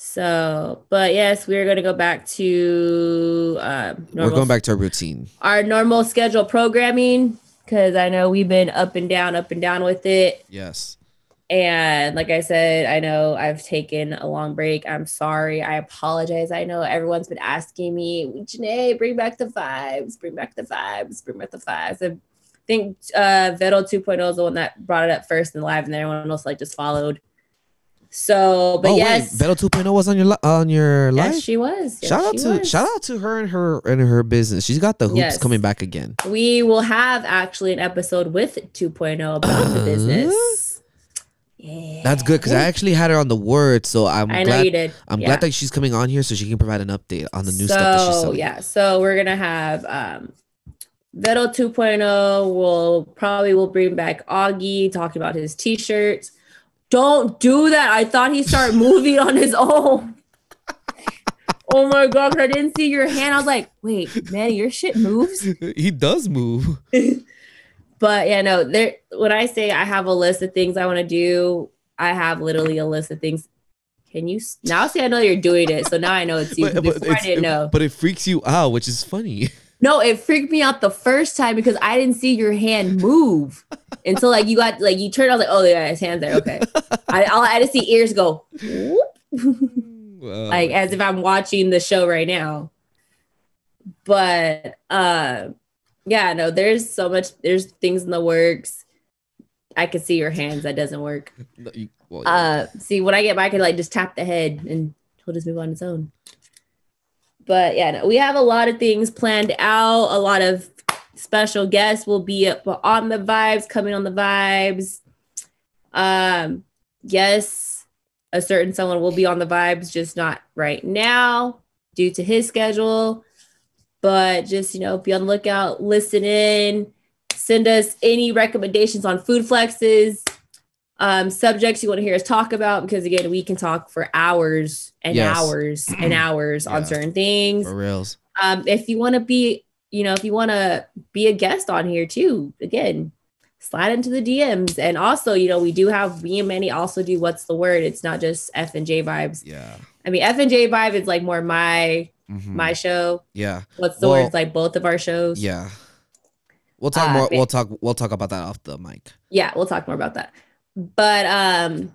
Speaker 8: So, but yes, we are gonna go back to uh,
Speaker 9: We're going back to our routine.
Speaker 8: our normal schedule programming because I know we've been up and down, up and down with it.
Speaker 9: Yes.
Speaker 8: And like I said, I know I've taken a long break. I'm sorry. I apologize. I know everyone's been asking me, Janae, bring back the vibes, bring back the vibes, bring back the vibes. I think uh, Vettel 2.0 is the one that brought it up first in the live, and then everyone else like just followed. So, but
Speaker 9: oh
Speaker 8: yes,
Speaker 9: wait, Vettel 2.0 was on your li- on your live.
Speaker 8: yes, she was. Yes,
Speaker 9: shout out
Speaker 8: she
Speaker 9: to
Speaker 8: was.
Speaker 9: shout out to her and her and her business. She's got the hoops
Speaker 8: Yes.
Speaker 9: coming back again.
Speaker 8: We will have actually an episode with 2.0 about the
Speaker 9: Uh,
Speaker 8: business. Yeah.
Speaker 9: That's good because I actually had her on the word, so I'm
Speaker 8: I know
Speaker 9: glad.
Speaker 8: you did.
Speaker 9: I'm
Speaker 8: Yeah.
Speaker 9: glad that she's coming on here so she can provide an update on the new stuff that she's
Speaker 8: So,
Speaker 9: selling.
Speaker 8: yeah, so we're gonna have um Vettel 2.0 will probably will bring back Augie talking about his t-shirts. Don't do that. I thought he started moving on his own. oh my god, 'cause I didn't see your hand. I was like, wait, man, your shit moves.
Speaker 9: he does move.
Speaker 8: but yeah, no, there when I say I have a list of things I want to do, I have literally a list of things. Can you s- now see I know you're doing it, so now I know it's you. But, before I
Speaker 9: it's-
Speaker 8: didn't know.
Speaker 9: but it freaks you out, which is funny.
Speaker 8: no, it freaked me out the first time because I didn't see your hand move until like you got like you turned. I was like, oh yeah, his hand's there. Okay, I all I had to see ears go whoop,
Speaker 9: Uh, Wow.
Speaker 8: like as if I'm watching the show right now. But uh, yeah, no, there's so much. There's things in the works. I can see your hands. That doesn't work.
Speaker 9: No, you- well, yeah.
Speaker 8: Uh, see, when I get back, I like just tap the head and he'll just move on its own. But yeah, no, we have a lot of things planned out. A lot of special guests will be up on the vibes, coming on the vibes. Um, yes, a certain someone will be on the vibes, just not right now due to his schedule. But just you know, be on the lookout, listen in, send us any recommendations on food flexes, um, subjects you want to hear us talk about because again, we can talk for hours and
Speaker 9: Yes.
Speaker 8: hours and hours on
Speaker 9: Yeah.
Speaker 8: certain things
Speaker 9: for reals.
Speaker 8: um, if you want to be you know if you want to be a guest on here too again slide into the dms and also you know we do have me and manny also do what's the word it's not just f and j vibes
Speaker 9: Yeah.
Speaker 8: i mean f and j vibe is like more my
Speaker 9: Mhm.
Speaker 8: my show
Speaker 9: yeah.
Speaker 8: what's the
Speaker 9: Well-
Speaker 8: word is like both of our shows
Speaker 9: Yeah. We'll talk
Speaker 8: Uh,
Speaker 9: more.
Speaker 8: ba-
Speaker 9: We'll talk. We'll talk about that off the mic.
Speaker 8: yeah we'll talk more about that but um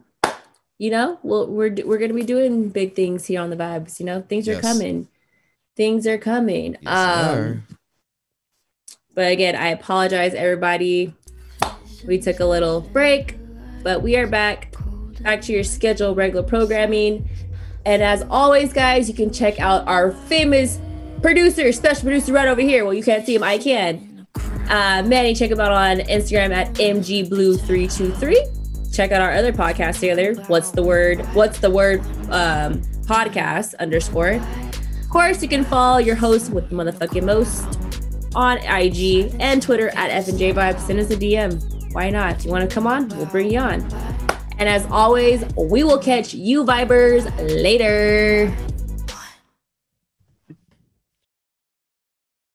Speaker 8: you know we'll, we're d- we're gonna be doing big things here on the vibes you know things are
Speaker 9: Yes.
Speaker 8: coming things are coming
Speaker 9: Yes,
Speaker 8: um
Speaker 9: sir.
Speaker 8: But again, I apologize, everybody. We took a little break, but we are back. Back to your scheduled regular programming. And as always, guys, you can check out our famous producer, special producer right over here. Well, you can't see him, I can. Uh, Manny, check him out on Instagram at mgblue323. Check out our other podcast together. What's the word? What's the word? Um, podcast underscore. Of course, you can follow your host with the motherfucking most on IG and Twitter at FNJ Vibes. Send us a DM. Why not? You want to come on? We'll bring you on. And as always, we will catch you vibers later.